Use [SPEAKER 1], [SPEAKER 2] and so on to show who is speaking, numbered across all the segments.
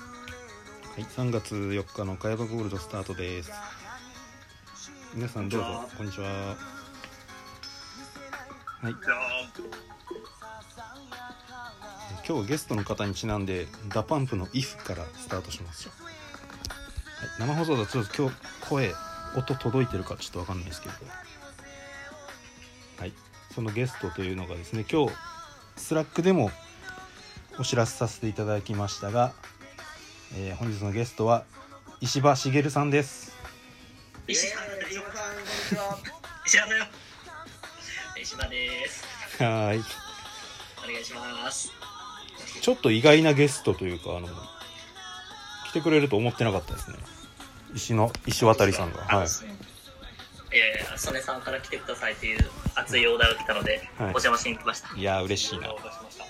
[SPEAKER 1] はい、3月4日の茅場ゴールドスタートです。皆さんどうぞ、こんにちは。はい、
[SPEAKER 2] じゃ
[SPEAKER 1] 今日はゲストの方にちなんで、ダパンプの IF からスタートします。はい、生放送だとちょっと今日声、音届いてるかちょっとわかんないですけど。はい、そのゲストというのがですね、今日、スラックでもお知らせさせていただきましたが、えー本日のゲストは石破茂さんです。
[SPEAKER 3] 石
[SPEAKER 2] 石
[SPEAKER 3] 原
[SPEAKER 2] 原
[SPEAKER 3] だよ
[SPEAKER 2] だよ。
[SPEAKER 3] 石原だよ。石原です。
[SPEAKER 1] はーい。
[SPEAKER 3] お願いします。
[SPEAKER 1] ちょっと意外なゲストというかあの来てくれると思ってなかったですね石の石渡さんがはい
[SPEAKER 3] いやいや、曽根さんから来てくださいという熱いオーダーが来たので、
[SPEAKER 1] はい
[SPEAKER 3] お邪魔しに来ました。
[SPEAKER 1] いやー嬉しいな
[SPEAKER 3] お邪魔しました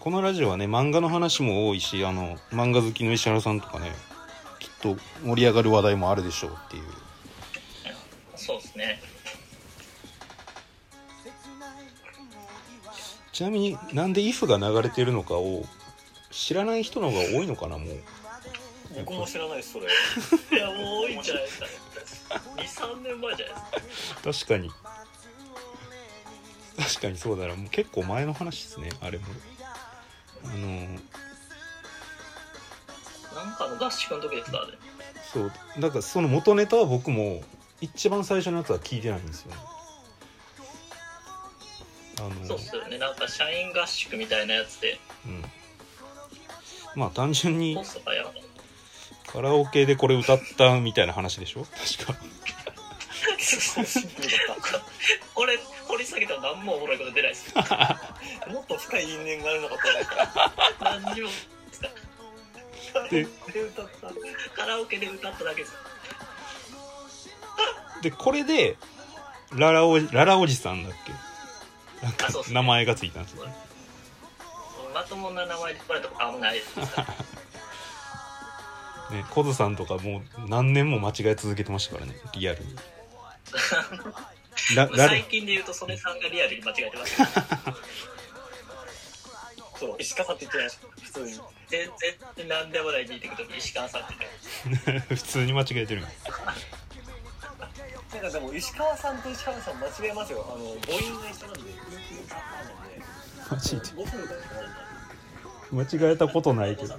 [SPEAKER 1] このラジオはね漫画の話も多いしあの漫画好きの石原さんとかねきっと盛り上がる話題もあるでしょうっていう
[SPEAKER 3] そうですね。
[SPEAKER 1] ちなみになんで「IF」が流れてるのかを知らない人の方が多いのかなもう
[SPEAKER 2] 僕も知らないで すそれ。
[SPEAKER 3] いや、もう多いんじゃないですかね。2、3年前じゃないですか。
[SPEAKER 1] 確かに確かにそうだなもう結構前の話ですねあれもあの
[SPEAKER 3] なんかの合宿の時ですからね。
[SPEAKER 1] そうだからその元ネタは僕も一番最初のやつは聞いてないんですよねあの
[SPEAKER 3] そうっすよね。なんか社員合宿みたいなやつで、
[SPEAKER 1] うんまあ単純に
[SPEAKER 3] ホストがやばかっ
[SPEAKER 1] カラオケでこれ歌ったみたいな話でしょ確か
[SPEAKER 3] た。 これ、掘り下げたら何もおもろいこと出ないで す。
[SPEAKER 2] もっと深い因縁があるのかと
[SPEAKER 3] 何にも。
[SPEAKER 1] で
[SPEAKER 2] 思った。歌った。
[SPEAKER 3] カラオケで歌っただけです。
[SPEAKER 1] でこれでララおじララおじさんだっけなん
[SPEAKER 3] あそう
[SPEAKER 1] か
[SPEAKER 3] っすね
[SPEAKER 1] 名前がついたんですよね
[SPEAKER 3] まともな名前で呼ばれたことあんま ないです。
[SPEAKER 1] ねコズさんとかもう何年も間違え続けてましたからねリア ルにララ
[SPEAKER 3] 最近で言うと、曽根さんがリアルに間違えてました。
[SPEAKER 2] そう石川さんって言ってないですか。普通に。
[SPEAKER 3] 全然何でもない聞いてくと石川さんって言って。
[SPEAKER 1] 普通に間違えてる
[SPEAKER 2] なんかでも石川さんと石原さん間違えますよ。あの母音が一緒なんで。
[SPEAKER 1] 間違え
[SPEAKER 2] 僕の歌だから
[SPEAKER 1] 間違えたことないけど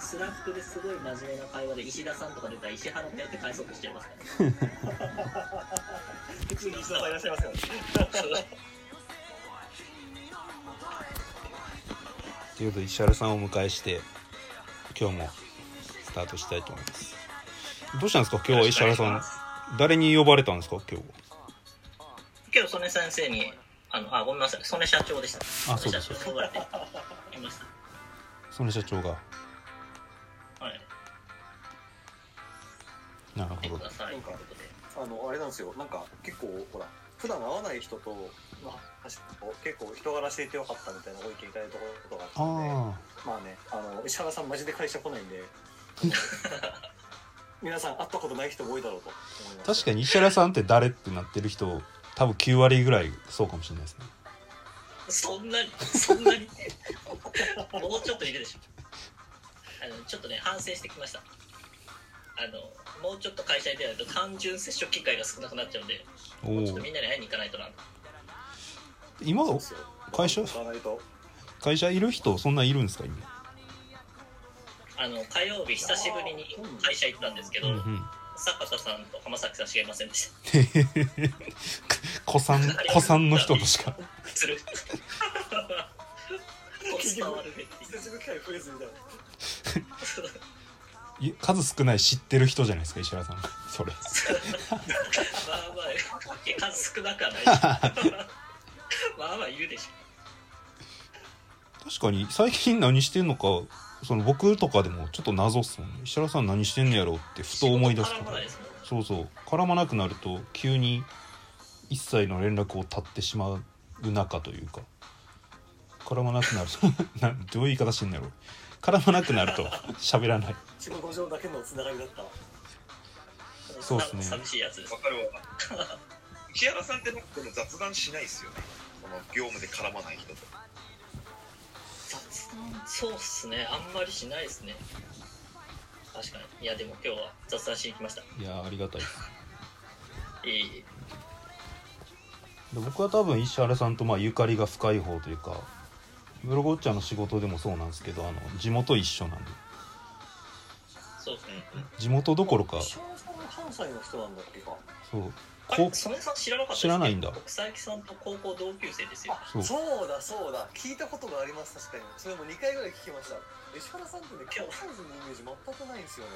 [SPEAKER 3] スラックですごい真面目な会話で石田さんとか出たら石原ってやって返そうとしてますか
[SPEAKER 2] 普通に石川さんいらっしゃいますからね。
[SPEAKER 1] ということで石原さんをお迎えして今日もスタートしたいと思いますどうしたんですか今日は石原さん誰に呼ばれたんですか今日
[SPEAKER 3] 今日、曽根先生に、あの、あ、ごめんなさい。曽根社長でした。
[SPEAKER 1] あそ
[SPEAKER 3] 曽
[SPEAKER 1] う
[SPEAKER 3] 根
[SPEAKER 1] で
[SPEAKER 3] 社
[SPEAKER 1] す
[SPEAKER 3] 長に呼ばれていまし
[SPEAKER 1] その社長が
[SPEAKER 3] た。はい。
[SPEAKER 1] なる
[SPEAKER 3] 来て
[SPEAKER 1] ほ
[SPEAKER 3] く
[SPEAKER 1] ど
[SPEAKER 3] ださい。ということで。
[SPEAKER 2] あのあれなんですよなんか結構ほら普段会わない人と、まあ、結構人柄していてよかったみたいなご意見いただいたことがあったので
[SPEAKER 1] あ
[SPEAKER 2] まあねあの石原さんマジで会社来ないんで皆さん会ったことない人も多いだろうと思いま
[SPEAKER 1] あ
[SPEAKER 2] す
[SPEAKER 1] 確かに石原さんって誰ってなってる人多分9割ぐらいそうかもしれないですね
[SPEAKER 3] そんなに、そんなに。もうちょっといるでしょ。あの、ちょっとね、反省してきました。あの、もうちょっと会社に出ないと単純接触機会が少なくなっちゃうんで、
[SPEAKER 1] お
[SPEAKER 3] もうちょっ
[SPEAKER 1] お
[SPEAKER 3] とみんなに会いに行かないとな。
[SPEAKER 1] 今
[SPEAKER 2] そうですよ
[SPEAKER 1] 会社
[SPEAKER 2] 行かないと
[SPEAKER 1] 会社いる人そんないるんですか今
[SPEAKER 3] あの、火曜日久しぶりに会社行ったんですけど、
[SPEAKER 1] ん
[SPEAKER 3] 坂田さんと浜崎さんしかいませんでした。
[SPEAKER 1] 子さん子さんの人としか
[SPEAKER 3] する。伝わるべき。
[SPEAKER 2] 接触機会増えずみたいない
[SPEAKER 1] や数少ない知ってる人じゃないですか石原さん それ
[SPEAKER 3] まあまあ、数少なく はない。まあまあいるでしょ。
[SPEAKER 1] 確かに最近何してんのかその僕とかでもちょっと謎っすもんね石原さん何してんのやろうってふと思い出す
[SPEAKER 3] 仕事
[SPEAKER 1] と
[SPEAKER 3] 絡ま
[SPEAKER 1] か
[SPEAKER 3] ないですもんね
[SPEAKER 1] そうそう絡まなくなると急に一切の連絡を絶ってしまう中というか絡まなくなると などういう言い方してんのやろ絡まなくなると喋らない
[SPEAKER 2] 仕事上だけのつながりだった
[SPEAKER 1] そうっすね
[SPEAKER 3] 寂しいやつです
[SPEAKER 4] わ。かるわ。石原さんってなんかでも雑談しないですよね。この業務で絡まない人と。
[SPEAKER 3] 雑そうっすねあんまりしないですね確かにいやでも今日は雑談しに来ました
[SPEAKER 1] いやありがたいです
[SPEAKER 3] いえい
[SPEAKER 1] で僕は多分石原さんとまあゆかりが深い方というかブロゴッチャーの仕事でもそうなんですけどあの地元一緒なんで
[SPEAKER 3] えそうですね
[SPEAKER 1] 地元どころか
[SPEAKER 2] 石原さんも関西の人なんだっけか。
[SPEAKER 1] そう
[SPEAKER 3] あ
[SPEAKER 1] こ
[SPEAKER 3] れ曽根さん知らなかった
[SPEAKER 1] 知らないんだ
[SPEAKER 3] 草木さんと高校同級生ですよ
[SPEAKER 2] あ
[SPEAKER 1] そ
[SPEAKER 2] そううだそうだ聞いたことがあります確かにそれも2回ぐらい聞きました石原さんってね関西人のイメージ全くないんですよね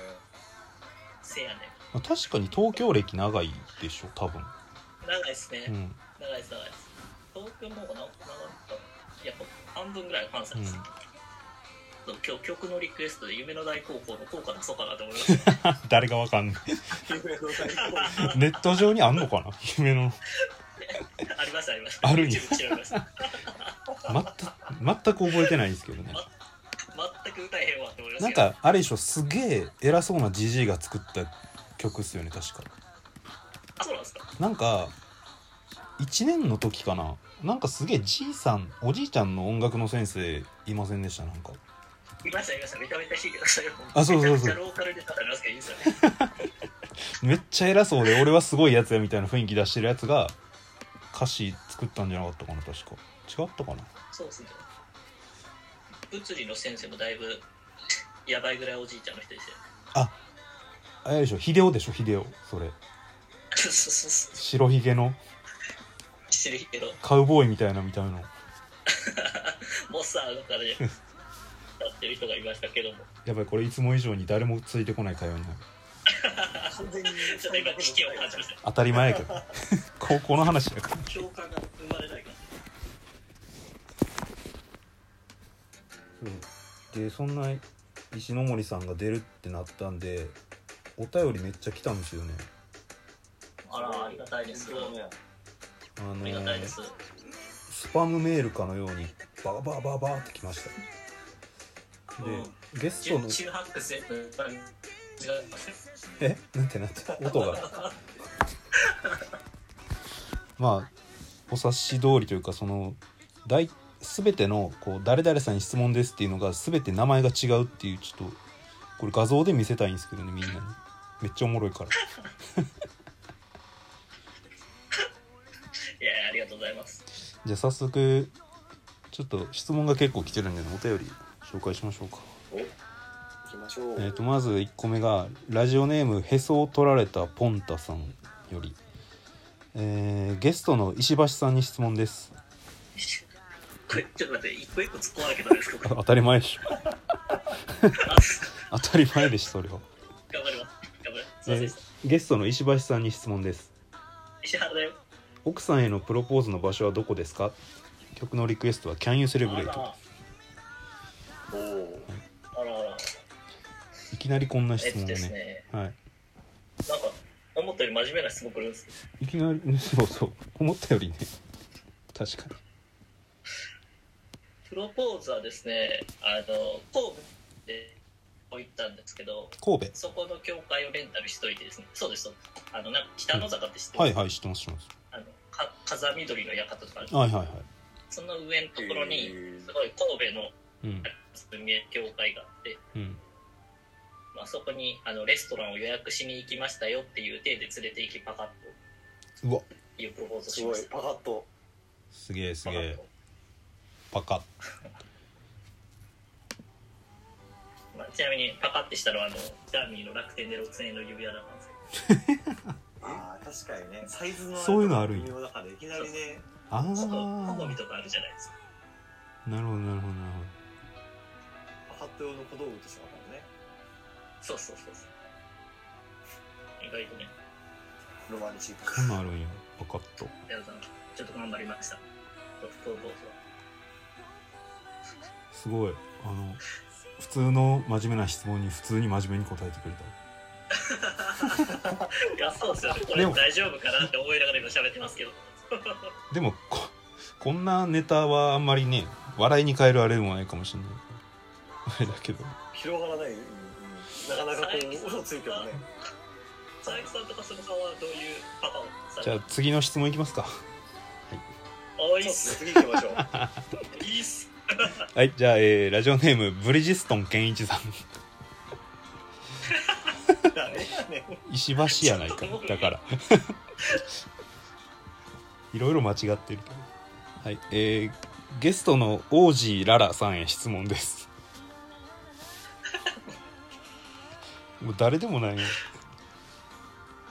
[SPEAKER 3] せやね
[SPEAKER 1] まあ確かに東京歴長いでしょ多分
[SPEAKER 3] 長いですね、
[SPEAKER 1] うん
[SPEAKER 3] 長いです長いです東京の方が長かったやっぱ半分ぐらい関西です、そう今日曲のリクエストで夢の大高校の効果出そうかなと思い ました
[SPEAKER 1] 誰がわかんない
[SPEAKER 2] 夢の大
[SPEAKER 1] ネット上にあんのかな 夢の
[SPEAKER 3] ありましたありました
[SPEAKER 1] あるんや
[SPEAKER 3] YouTube 調べました
[SPEAKER 1] 全全く覚えてないんですけどね
[SPEAKER 3] 全く歌えへんわって思いました
[SPEAKER 1] なん
[SPEAKER 3] けど
[SPEAKER 1] かあれでしょすげえ偉そうなじじいが作った曲っすよね確か
[SPEAKER 3] あそうなんですか
[SPEAKER 1] なんか1年の時かななんかすげえじいさんおじいちゃんの音楽の先生いませんでしたなんか
[SPEAKER 3] いましたいましためちゃめちゃ弾いてましたよ
[SPEAKER 1] あそうそうそう
[SPEAKER 3] めちゃめちゃローカルで叩かれてますからいいですよね
[SPEAKER 1] めっちゃ偉そうで俺はすごいやつやみたいな雰囲気出してるやつが歌詞作ったんじゃなかったかな確か違ったかな
[SPEAKER 3] そうですね物理の先生もだいぶやばいぐらいおじいちゃんの人でしたよ
[SPEAKER 1] あれでしょ秀夫でしょ秀夫それ
[SPEAKER 3] そうそうそう
[SPEAKER 1] 白ひげの
[SPEAKER 3] してるけど
[SPEAKER 1] カウボーイみたいなみたいな
[SPEAKER 3] モッサーとかで歌ってる人がいましたけども
[SPEAKER 1] やばいこれいつも以上に誰もついてこない会話になる
[SPEAKER 2] 完全に
[SPEAKER 3] ちょっと今危機を感じました
[SPEAKER 1] 当たり前やけど高校の話やから
[SPEAKER 3] 共感が生まれないか
[SPEAKER 1] でそんな石ノ森さんが出るってなったんでお便りめっちゃ来たんですよね
[SPEAKER 3] あらありがたいです
[SPEAKER 2] 本当だね
[SPEAKER 1] あの
[SPEAKER 3] らありがたいです
[SPEAKER 1] スパムメールかのようにバーバーバーバーって来ましたで、ゲストの
[SPEAKER 3] 中ハックス違う
[SPEAKER 1] えなんてなんて音 がまあお察し通りというかその大全てのこう「誰々さんに質問です」っていうのが全て名前が違うっていうちょっとこれ画像で見せたいんですけどねみんなにめっちゃおもろいから
[SPEAKER 3] いやありがとうございます
[SPEAKER 1] じゃあ早速ちょっと質問が結構来てるんでお便り紹介しましょうか
[SPEAKER 2] 行きましょう
[SPEAKER 1] えー、とまず1個目がラジオネームへそを取られたポンタさんより、えーゲストの石橋さんに質問です
[SPEAKER 3] これちょっと待って一個一個突っ込まなきゃダメですか
[SPEAKER 1] あ
[SPEAKER 3] これ
[SPEAKER 1] 当たり前でしょ
[SPEAKER 3] あ
[SPEAKER 1] 当たり前でしょそれは、
[SPEAKER 3] 頑張ります頑張りますすいません
[SPEAKER 1] え
[SPEAKER 3] で
[SPEAKER 1] ー
[SPEAKER 3] した
[SPEAKER 1] ゲストの石橋さんに質問です
[SPEAKER 3] 石原だよ
[SPEAKER 1] 奥さんへのプロポーズの場所はどこですか曲のリクエストは「Can You
[SPEAKER 3] あら
[SPEAKER 1] Celebrate
[SPEAKER 3] あ」
[SPEAKER 2] おー
[SPEAKER 3] らあら
[SPEAKER 1] いきなりこんな
[SPEAKER 3] えっ
[SPEAKER 1] 質問
[SPEAKER 3] と
[SPEAKER 1] を
[SPEAKER 3] です
[SPEAKER 1] ね
[SPEAKER 3] ね
[SPEAKER 1] は
[SPEAKER 3] なんか思ったより真面目な質問くるんですね
[SPEAKER 1] い、いきなり ねそうそう思ったよりね確かに
[SPEAKER 3] プロポーズはですねあの神戸で行ったんですけど
[SPEAKER 1] 神
[SPEAKER 3] そこの教会をレンタルしといてですねそうですそうですあのなんか北の坂って知って
[SPEAKER 1] 戸はい
[SPEAKER 3] い、
[SPEAKER 1] はい知ってます知ってます
[SPEAKER 3] あのか風見鶏の館とかある
[SPEAKER 1] はいはいは
[SPEAKER 3] その上のところ
[SPEAKER 2] へ
[SPEAKER 3] に
[SPEAKER 2] ー
[SPEAKER 3] すごい神戸の
[SPEAKER 1] いうん
[SPEAKER 3] 文明教会があって、
[SPEAKER 1] うん
[SPEAKER 3] まあ、そこにあのレストランを予約しに行きましたよっていう体で連れて行きパカッ
[SPEAKER 1] うわ
[SPEAKER 3] というプロポーズを
[SPEAKER 2] す
[SPEAKER 3] し
[SPEAKER 2] ご
[SPEAKER 3] ま
[SPEAKER 2] い
[SPEAKER 3] した
[SPEAKER 2] パカッと
[SPEAKER 1] すげえす
[SPEAKER 3] パ
[SPEAKER 1] げ
[SPEAKER 3] カッ
[SPEAKER 1] え
[SPEAKER 3] と
[SPEAKER 1] パカッ
[SPEAKER 3] まあ、ちなみにパカッてしたのはあのジャーミーの楽天で6000円の指輪だったんですけど
[SPEAKER 2] ああ確かにねサイズの
[SPEAKER 1] そういうのあるんや
[SPEAKER 2] 微妙だからいきなりね
[SPEAKER 1] ああ
[SPEAKER 3] そこ
[SPEAKER 1] な
[SPEAKER 3] 好み
[SPEAKER 1] る
[SPEAKER 3] とかあるじゃないですか
[SPEAKER 1] ほどなるほどなるほど
[SPEAKER 2] パカッと用の小道具としてからね
[SPEAKER 3] そうそうそうそう意外とね
[SPEAKER 2] ロマンチック
[SPEAKER 1] こんなんあるんやパカッと
[SPEAKER 3] 矢野さんちょっと頑張りましたプロポーズは
[SPEAKER 1] すごいあの普通の真面目な質問に普通に真面目に答えてくれた
[SPEAKER 3] いやそうですよねこ
[SPEAKER 1] で
[SPEAKER 3] れ
[SPEAKER 1] も
[SPEAKER 3] 大丈夫かなって思いながら今喋ってますけど
[SPEAKER 1] でもここんなネタはあんまりね笑いに変えるあれでもないかもしれないあれだけど
[SPEAKER 2] 広がらない、うんうん、なかなかこ
[SPEAKER 3] 最
[SPEAKER 2] う
[SPEAKER 3] 近
[SPEAKER 2] 嘘ついてもね
[SPEAKER 3] 佐伯さんとかそのさんはどういうパターンさ
[SPEAKER 1] じゃ
[SPEAKER 3] れ
[SPEAKER 1] あ次の質問いきますか
[SPEAKER 3] おい
[SPEAKER 2] ち
[SPEAKER 3] っ
[SPEAKER 2] ょっと
[SPEAKER 3] す
[SPEAKER 2] 次行きましょう
[SPEAKER 3] いいっす
[SPEAKER 1] はいじゃあ、えーラジオネームブリジストン健一さん
[SPEAKER 2] 誰やねん
[SPEAKER 1] 石橋やないかだから いろいろ間違ってるけどはいえーゲストの王子ララさんへ質問ですもう誰でもないよ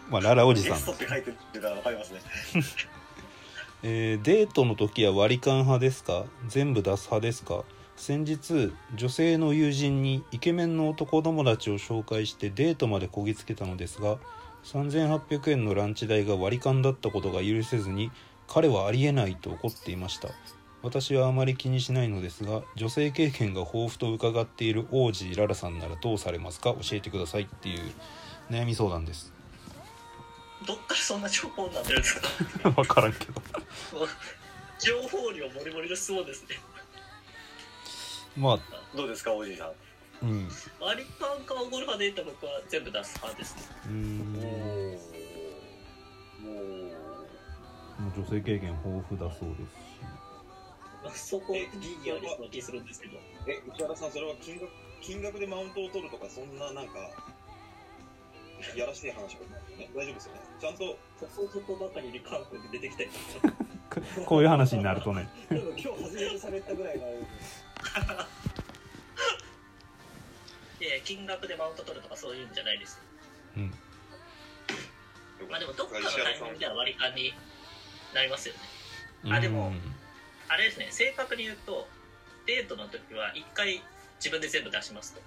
[SPEAKER 1] まあララ王子
[SPEAKER 2] ゲ
[SPEAKER 1] さん
[SPEAKER 2] ストって書いてるから分かりますね
[SPEAKER 1] えーデートの時は割り勘派ですか全部出す派ですか先日女性の友人にイケメンの男友達を紹介してデートまでこぎつけたのですが3800円のランチ代が割り勘だったことが許せずに彼はありえないと怒っていました私はあまり気にしないのですが女性経験が豊富と伺っている王子ララさんならどうされますか教えてくださいっていう悩み相談です
[SPEAKER 3] どっからそんな情報なんですか
[SPEAKER 1] 分からんけど
[SPEAKER 3] 情報量もりもりの質問ですね
[SPEAKER 1] まあ
[SPEAKER 2] どうですかおじいさん
[SPEAKER 1] うん
[SPEAKER 3] 割り勘かおごる派で言ったら僕は全部出す派ですね
[SPEAKER 1] うん
[SPEAKER 2] おー
[SPEAKER 1] もう女性経験豊富だそうですし
[SPEAKER 3] まあそこギリギリな気するんですけど
[SPEAKER 2] え内原さんそれは金額金額でマウントを取るとかそんななんかやらしい話はないよね大丈夫ですよねちゃんと
[SPEAKER 3] こそそこばかりに韓国で出てきたり
[SPEAKER 1] こういう話になるとね
[SPEAKER 2] 多分今日初めて喋ったぐらいの
[SPEAKER 3] いやいや金額でマウント取るとかそういうんじゃないです
[SPEAKER 1] うん
[SPEAKER 3] まあでもどっかのタイミングでは割り勘になりますよねあでもあれですね正確に言うとデートの時は1回自分で全部出しますと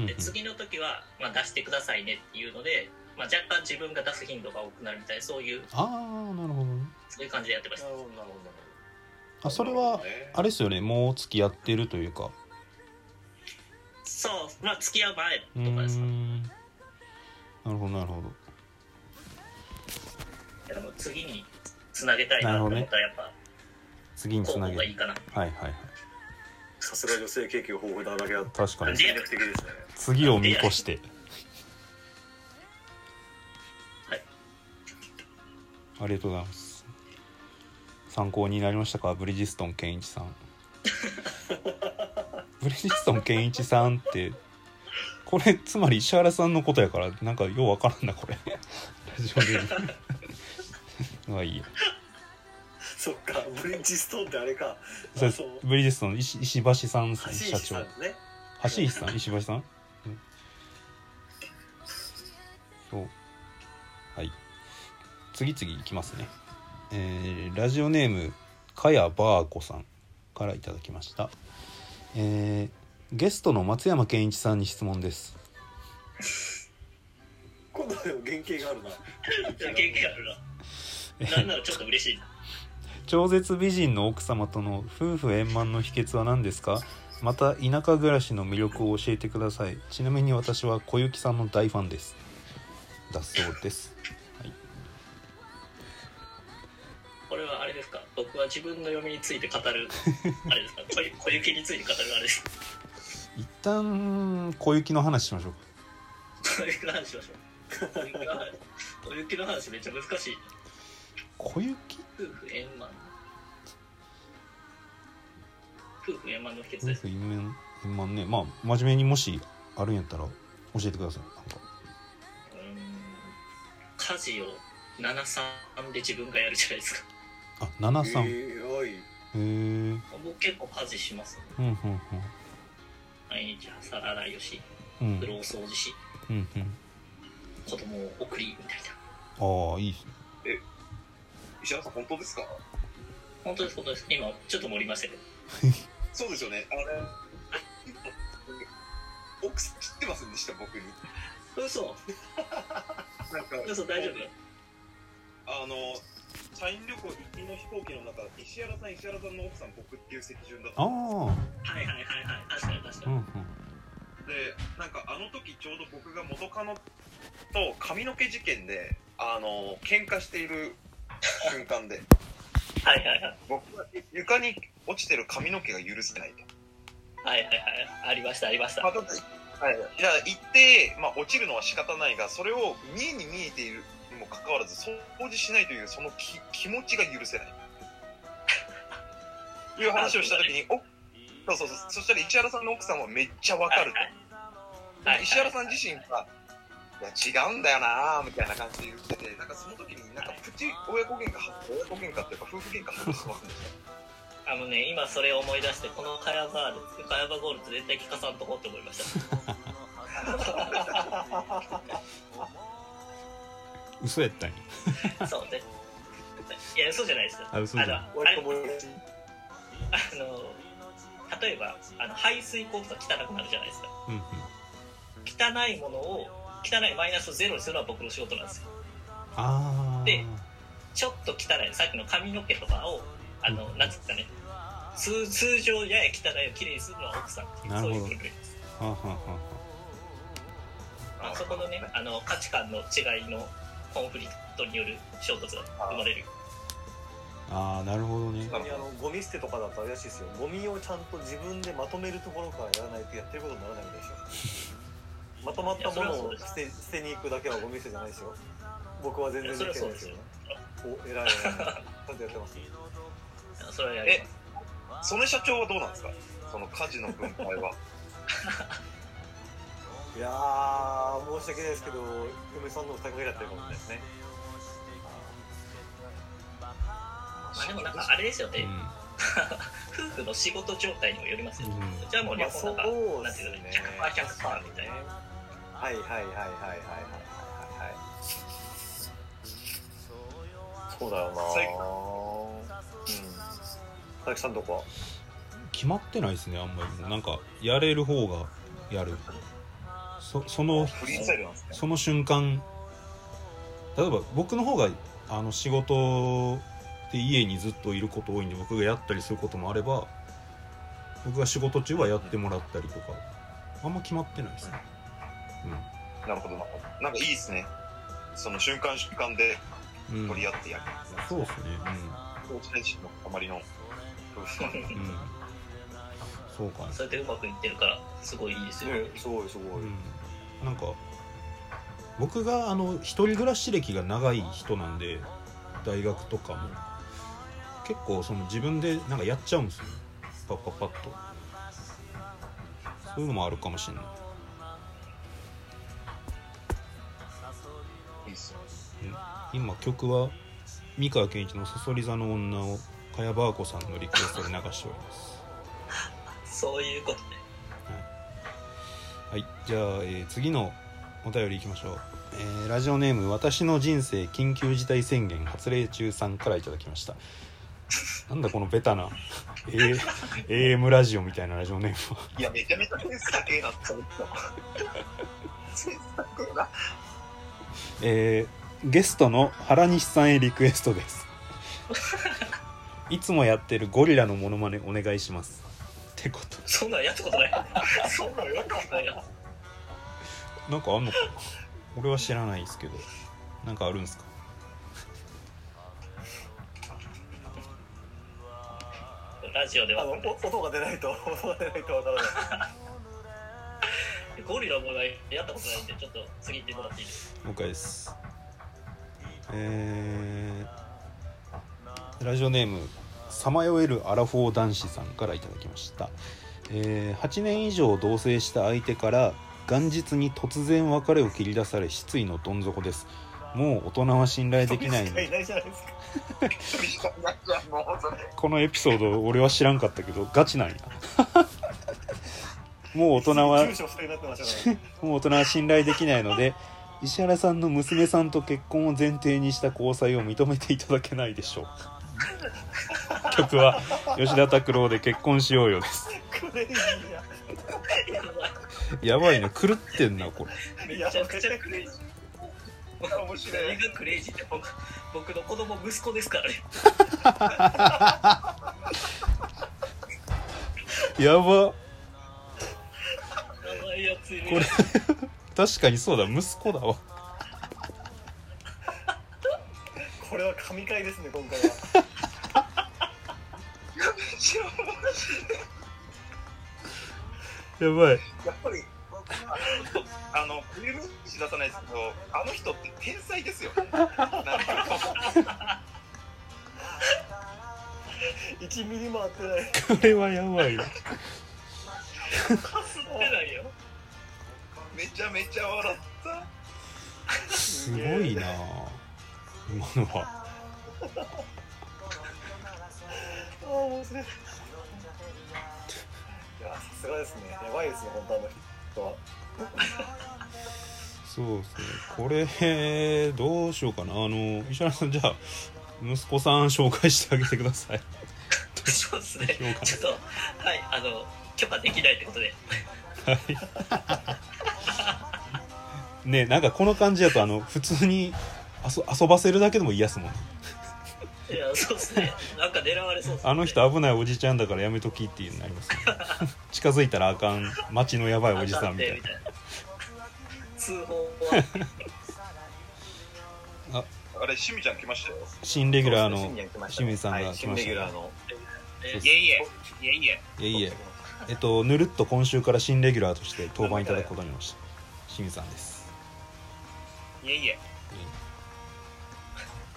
[SPEAKER 1] うん
[SPEAKER 3] で次の時は、まあ、出してくださいねっていうので、まあ、若干自分が出す頻度が多くなるみたいなそういう
[SPEAKER 1] ああなるほどね
[SPEAKER 3] そういう感じでやってました
[SPEAKER 2] るほどなるほど
[SPEAKER 1] あそれはあれですよねもう付き合ってるというか
[SPEAKER 3] そうまあ付き合う
[SPEAKER 1] うー
[SPEAKER 3] 前とかですか
[SPEAKER 1] んなるほどなるほど
[SPEAKER 3] いやでも次につなげたいなと思ったらやっぱ
[SPEAKER 1] 次につ
[SPEAKER 3] 候
[SPEAKER 1] な
[SPEAKER 3] 補
[SPEAKER 1] げ
[SPEAKER 3] がい
[SPEAKER 1] る
[SPEAKER 3] いかな
[SPEAKER 1] はいはいはい
[SPEAKER 2] さすが女性経験豊富なだけあって
[SPEAKER 1] 確かに
[SPEAKER 2] 戦略的ですね
[SPEAKER 1] 次を見越して
[SPEAKER 3] はい
[SPEAKER 1] ありがとうございます参考になりましたかブリヂストン健一 さんブリヂストン健一さんってこれつまり石原さんのことやからなんかようわからんなこれラジオで まあいいや
[SPEAKER 2] そっかブリッジストーンってあれか
[SPEAKER 1] それ
[SPEAKER 2] あそう
[SPEAKER 1] ブリヂストンの石石橋さん
[SPEAKER 2] 橋
[SPEAKER 1] 社
[SPEAKER 2] 石
[SPEAKER 1] 長
[SPEAKER 2] さんね
[SPEAKER 1] 橋石さん石橋さん、うんそうはい次々いきますねえーラジオネームかやばーこさんからいただきましたえーゲストの松山ケンイチさんに質問です
[SPEAKER 2] 今度でも原型があるな
[SPEAKER 3] 経験あるななんならちょっと嬉しいな
[SPEAKER 1] 超絶美人の奥様との夫婦円満の秘訣は何ですかまた田舎暮らしの魅力を教えてくださいちなみに私は小雪さんの大ファンですだそうです
[SPEAKER 3] これはあれですか僕は自分の嫁について 語るあれですか小ゆ小雪について語るあれですか
[SPEAKER 1] 一旦小雪の話しましょうか
[SPEAKER 3] 小雪の話しましょ う小雪の話小雪の話めっちゃ難しい
[SPEAKER 1] 小雪
[SPEAKER 3] 夫婦円満夫婦円満の秘訣
[SPEAKER 1] 夫
[SPEAKER 3] です
[SPEAKER 1] 婦円満円満ねまあ真面目にもしあるんやったら教えてくださいなんか
[SPEAKER 3] うーん家事を73で自分がやるじゃないですか
[SPEAKER 1] あ七三へ
[SPEAKER 2] えーおい
[SPEAKER 1] えうん
[SPEAKER 3] 僕結構家事しますね
[SPEAKER 1] うんうん
[SPEAKER 3] 毎日皿洗いをし
[SPEAKER 1] うんう
[SPEAKER 3] 風呂
[SPEAKER 1] ん
[SPEAKER 3] を掃除し
[SPEAKER 1] うん
[SPEAKER 3] 子供を送りみたいな
[SPEAKER 1] うんああいいですね
[SPEAKER 4] 石原さん、本当ですか
[SPEAKER 3] 本当です本当です今ちょっと盛りましたけど
[SPEAKER 4] そうですよね。あれ、 奥さん切ってませんでした、僕に。
[SPEAKER 3] 嘘
[SPEAKER 4] なんか、
[SPEAKER 3] 嘘大丈夫
[SPEAKER 4] あの、社員旅行行きの飛行機の中、石原さん、石原さんの奥さん、僕っていう席順だった
[SPEAKER 1] ああ
[SPEAKER 4] んですよ
[SPEAKER 3] はいはいはいはい確かに確
[SPEAKER 1] う
[SPEAKER 3] か
[SPEAKER 1] ん
[SPEAKER 3] に、
[SPEAKER 1] うん
[SPEAKER 4] でなんかあの時ちょうど僕が元カノと髪の毛事件であの喧嘩している瞬間で
[SPEAKER 3] はいはいはい
[SPEAKER 4] 僕は床に落ちてる髪の毛が許せないと。
[SPEAKER 3] はいはいはいありましたありました
[SPEAKER 4] まあだってはい、じゃあ行って、まあ、落ちるのは仕方ないがそれを見えに見えているにもかかわらず掃除しないというそのき気持ちが許せないいう話をした時におそうそうそうそしたら石原さんの奥さんはめっちゃわかると、
[SPEAKER 3] はいはい
[SPEAKER 4] 石原さん自身が「いや違うんだよな」みたいな感じで言っててなんかその時になんかプチ親子喧嘩は親子喧嘩っていうか夫婦喧嘩発生してますね
[SPEAKER 3] あのね今それを思い出してこのカヤバールカヤバゴールド絶対聞かさんとこうって思いました
[SPEAKER 1] 嘘やったんや
[SPEAKER 3] そうねいやそうじゃないですよ
[SPEAKER 1] あ嘘じゃない
[SPEAKER 3] あのあ
[SPEAKER 2] 割と
[SPEAKER 3] れ
[SPEAKER 2] 思い出し
[SPEAKER 3] あの例えばあの排水口とか汚くなるじゃないですか
[SPEAKER 1] うんうん
[SPEAKER 3] 汚いものを汚いマイナスをゼロにするのは僕の仕事なんですよ
[SPEAKER 1] ああ
[SPEAKER 3] でちょっと汚いさっきの髪の毛とかをあのなんていうんですかね通通常やや汚いをきれいにするのは奥さんっていう
[SPEAKER 1] なる
[SPEAKER 3] そ
[SPEAKER 1] ほ
[SPEAKER 3] う
[SPEAKER 1] ど
[SPEAKER 3] いう分類です、
[SPEAKER 1] はあ、はあはあは
[SPEAKER 3] まあ、そこのねあの価値観の違いのコンフリクトによる衝突が生まれる
[SPEAKER 1] あ、あーなるほどね
[SPEAKER 2] たあのゴミ捨てとかだとあれらしいですよゴミをちゃんと自分でまとめるところからやらないとやってることにならないみたいです よまとまったものを捨て捨てに行くだけはゴミ捨てじゃないですよ僕は全然できないですよねお偉い偉いちゃんとやってます
[SPEAKER 3] それはやります
[SPEAKER 4] その社長はどうなんですかその家事の分配 は
[SPEAKER 2] いやー申し訳ないですけど嫁さんの負担かけちゃってるかもしれないですね
[SPEAKER 3] まあ、でもなんかあれですよ
[SPEAKER 1] う
[SPEAKER 3] ね、
[SPEAKER 1] ん
[SPEAKER 3] 夫婦の仕事状態にもよりますよ、
[SPEAKER 1] うん
[SPEAKER 3] じゃあもう
[SPEAKER 2] ま
[SPEAKER 3] 両
[SPEAKER 2] あ
[SPEAKER 3] 方
[SPEAKER 2] そ
[SPEAKER 3] な
[SPEAKER 2] うん
[SPEAKER 3] か、
[SPEAKER 2] で
[SPEAKER 3] なんて
[SPEAKER 2] す
[SPEAKER 3] いうの
[SPEAKER 2] ね
[SPEAKER 3] 100%パーみたいな
[SPEAKER 2] はいはいはいはいはいはいはいはいそうだよな
[SPEAKER 4] 最
[SPEAKER 2] うん佐々木さんどこ
[SPEAKER 1] 決まってないですねあんまりなんかやれる方がやるそその
[SPEAKER 4] フリースタイルなんですね
[SPEAKER 1] その瞬間例えば僕の方があの仕事で家にずっといること多いんで僕がやったりすることもあれば僕が仕事中はやってもらったりとかあんま決まってないですね、
[SPEAKER 4] なるほどななんかいいですねその瞬間瞬間で
[SPEAKER 1] うんうん、
[SPEAKER 4] 取り合ってやる、
[SPEAKER 1] そうですね
[SPEAKER 4] 大地選手のあまりの夫婦なんで
[SPEAKER 1] うん、うん、そうかな
[SPEAKER 3] それでうまくいってるからすごいいいですよ、
[SPEAKER 2] ねすごいすごい、
[SPEAKER 1] うん、なんか僕があの一人暮らし歴が長い人なんで大学とかも結構その自分でなんかやっちゃうんですよねパッパッパッとそういうのもあるかもしれない
[SPEAKER 4] いいっすよ
[SPEAKER 1] 今曲は三河健一の「そそり座の女」を茅やばあこさんのリクエストで流しております
[SPEAKER 3] そういうことね
[SPEAKER 1] はい、じゃあ、えー次のお便りいきましょう、えーラジオネーム「私の人生緊急事態宣言発令中」さんからいただきました なんだこのベタな A- AM ラジオみたいなラジオネームはい
[SPEAKER 4] やめちゃめちゃセンス高えなって思ったセンス高えな
[SPEAKER 1] えーゲストの原西さんへリクエストですいつもやってるゴリラのモノマネお願いしますってこと
[SPEAKER 3] そんなんやったことないそんなんやったことないな
[SPEAKER 1] なんかあんのかな俺は知らないですけどなんかあるんですか
[SPEAKER 3] ラジオで
[SPEAKER 2] あ
[SPEAKER 3] は
[SPEAKER 2] のお音が出ないと 音が出ないとわからない
[SPEAKER 3] ゴリラもないやったことないんでちょっと次行ってもらっていいです
[SPEAKER 1] 了解ですえーラジオネームさまよえるアラフォー男子さんからいただきました、えー8年以上同棲した相手から元日に突然別れを切り出され失意のどん底ですもう大人は信頼できない
[SPEAKER 2] 人しかいないじゃないですか
[SPEAKER 4] 一人じゃないじゃんもうそれ
[SPEAKER 1] このエピソード俺は知らんかったけどガチ なんやもう大人は
[SPEAKER 2] 住所不定になってましたから
[SPEAKER 1] もう大人は信頼できないので石原さんの娘さんと結婚を前提にした交際を認めていただけないでしょうか曲は吉田拓郎で結婚しようよです
[SPEAKER 2] クレイジーや
[SPEAKER 3] や
[SPEAKER 1] やばいな狂ってんなこれ
[SPEAKER 3] ばいめちゃくちゃクレイジー
[SPEAKER 4] 面白
[SPEAKER 3] 誰
[SPEAKER 4] い
[SPEAKER 3] がクレイジーって僕僕の子供息子ですからね
[SPEAKER 1] やば
[SPEAKER 3] やばいやついる
[SPEAKER 1] これ確かにそうだ息子だわ
[SPEAKER 2] これは神回ですね今回は
[SPEAKER 1] やばい
[SPEAKER 4] やっぱり僕はあのクリームし出さないですけどあの人って天才ですよねなんか
[SPEAKER 2] 1ミリも合ってない
[SPEAKER 1] これはやばいわ
[SPEAKER 3] かすってないよ
[SPEAKER 4] めちゃめちゃ笑った
[SPEAKER 1] すごいな今のは
[SPEAKER 2] ああ面白いいやさすがですねやばいですね本当あの人は
[SPEAKER 1] そうですねこれどうしようかなあの石原さんじゃあ息子さん紹介してあげてください
[SPEAKER 3] そうですね
[SPEAKER 1] 評価
[SPEAKER 3] ちょっとはいあの許可できないってことで
[SPEAKER 1] はい ねなんかこの感じだとあの普通に遊遊ばせるだけでも嫌っすもん
[SPEAKER 3] いやそうですねなんか狙われそうですね
[SPEAKER 1] あの人危ないおじちゃんだからやめときっていうのあり ます、ね、近づいたらあかん町のやばいおじさんみたいな
[SPEAKER 3] 通報は
[SPEAKER 4] あれしみちゃん来ましたよ
[SPEAKER 1] 新レギュラーの
[SPEAKER 2] 新年来ました
[SPEAKER 1] 清
[SPEAKER 2] ね
[SPEAKER 1] 水さんが
[SPEAKER 2] はい
[SPEAKER 1] 来まし
[SPEAKER 2] 新レ
[SPEAKER 1] た
[SPEAKER 2] ギュ
[SPEAKER 1] ね
[SPEAKER 2] ラーの
[SPEAKER 3] え
[SPEAKER 1] そうっす
[SPEAKER 4] いえいえいえいえ
[SPEAKER 1] いえいええっとぬるっと今週から新レギュラーとして登板いただくことになりました清水さんです
[SPEAKER 4] いえいえ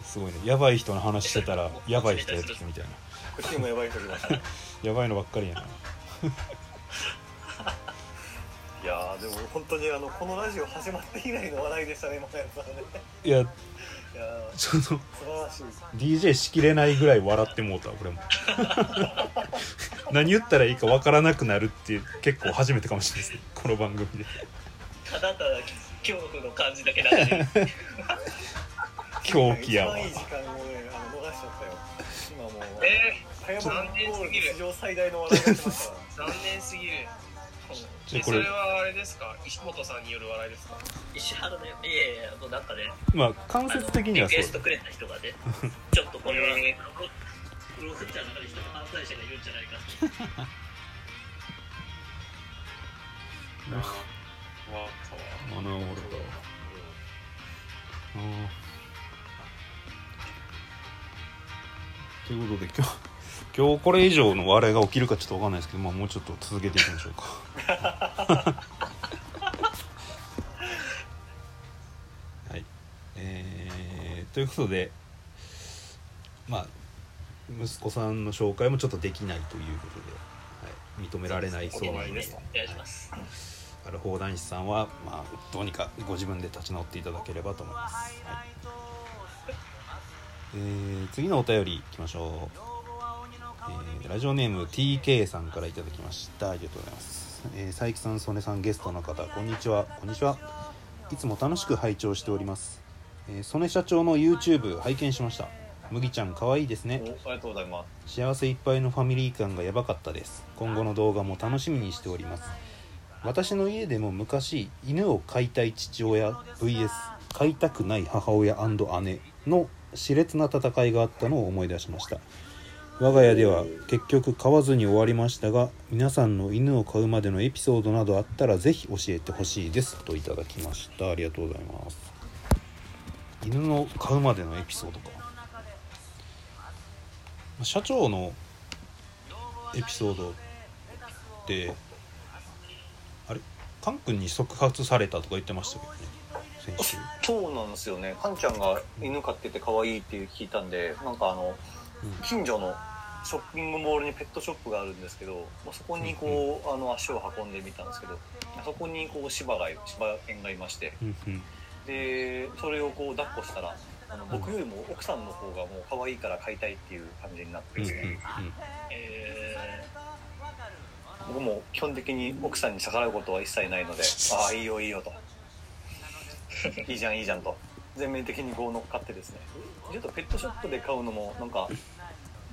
[SPEAKER 1] すごいねやばい人の話してたらやばい人やってきたみたいな
[SPEAKER 2] こっちにもやばい人いましたい
[SPEAKER 1] やばいのばっかりやな
[SPEAKER 2] やーでも本当にあのこのラジオ始まって以来の笑いでしたね今のやつはね
[SPEAKER 1] いや
[SPEAKER 2] いやー
[SPEAKER 1] ちょっと
[SPEAKER 2] 素晴らしい
[SPEAKER 1] DJ しきれないぐらい笑ってもうた俺も何言ったらいいかわからなくなるって結構初めてかもしれないですねこの番組で
[SPEAKER 3] ただただ恐怖の感じだけ流れる
[SPEAKER 1] 狂気やわ
[SPEAKER 2] 一番いい時間をねあの逃しちゃったよ今もう
[SPEAKER 4] え
[SPEAKER 2] 早番ゴール
[SPEAKER 4] 残念すぎる
[SPEAKER 2] 史上最大の笑いが来ましたから
[SPEAKER 4] ー、残念すぎる
[SPEAKER 1] ちょ
[SPEAKER 4] え
[SPEAKER 1] これ
[SPEAKER 4] はあれですか石本さんによる笑いですか
[SPEAKER 3] 石原だよいやいやもうなんかね
[SPEAKER 1] まあ間接的にはそう
[SPEAKER 3] リクエストくれた人がねちょっとこれ は
[SPEAKER 4] え
[SPEAKER 3] プロフィターの中で人の犯罪者がいるんじゃないかって
[SPEAKER 1] な
[SPEAKER 4] わ
[SPEAKER 1] わ
[SPEAKER 4] かわ
[SPEAKER 1] あの俺があーということで今日今日これ以上の笑いが起きるかちょっとわかんないですけど、まあ、もうちょっと続けていきましょうか はいえーということでまあ息子さんの紹介もちょっとできないということで、はい、認められないそうなん
[SPEAKER 4] いい
[SPEAKER 1] で
[SPEAKER 4] ですす
[SPEAKER 3] お願いします
[SPEAKER 1] ある砲弾師さんは、まあ、どうにかご自分で立ち直っていただければと思います、はいえー次のお便りいきましょう、えーラジオネーム TK さんからいただきましたありがとうございます、えー、佐伯さん曽根さんゲストの方こんにちはこんにちはいつも楽しく拝聴しております、えー曽根社長の YouTube 拝見しました麦ちゃん可愛いですね
[SPEAKER 2] おありがとうございます
[SPEAKER 1] 幸せいっぱいのファミリー感がやばかったです今後の動画も楽しみにしております私の家でも昔犬を飼いたい父親 VS 飼いたくない母親姉の熾烈な戦いがあったのを思い出しました我が家では結局飼わずに終わりましたが皆さんの犬を飼うまでのエピソードなどあったらぜひ教えてほしいですといただきましたありがとうございます犬の飼うまでのエピソードか社長のエピソードってあれカン君に触発されたとか言ってましたけどね先 週
[SPEAKER 2] そうなんですよね。カンちゃんが犬飼ってて可愛いって聞いたんで、なんかあの、
[SPEAKER 1] うん
[SPEAKER 2] 近所のショッピングモールにペットショップがあるんですけど、まあ、そこにこう、あの、足を運んでみたんですけど、そこにこう、芝がい、芝犬がいまして、
[SPEAKER 1] うんうん
[SPEAKER 2] で、それをこう、抱っこしたら、あの僕よりも奥さんの方がもう可愛いから飼いたいっていう感じになって
[SPEAKER 1] うんう
[SPEAKER 2] です
[SPEAKER 1] ん
[SPEAKER 2] ね、
[SPEAKER 3] え
[SPEAKER 2] 僕も基本的に奥さんに逆らうことは一切な いのでああいいよいいよと いいじゃんいいじゃんと全面的にこう乗っかってですねちょっとペットショップで飼うのもなんか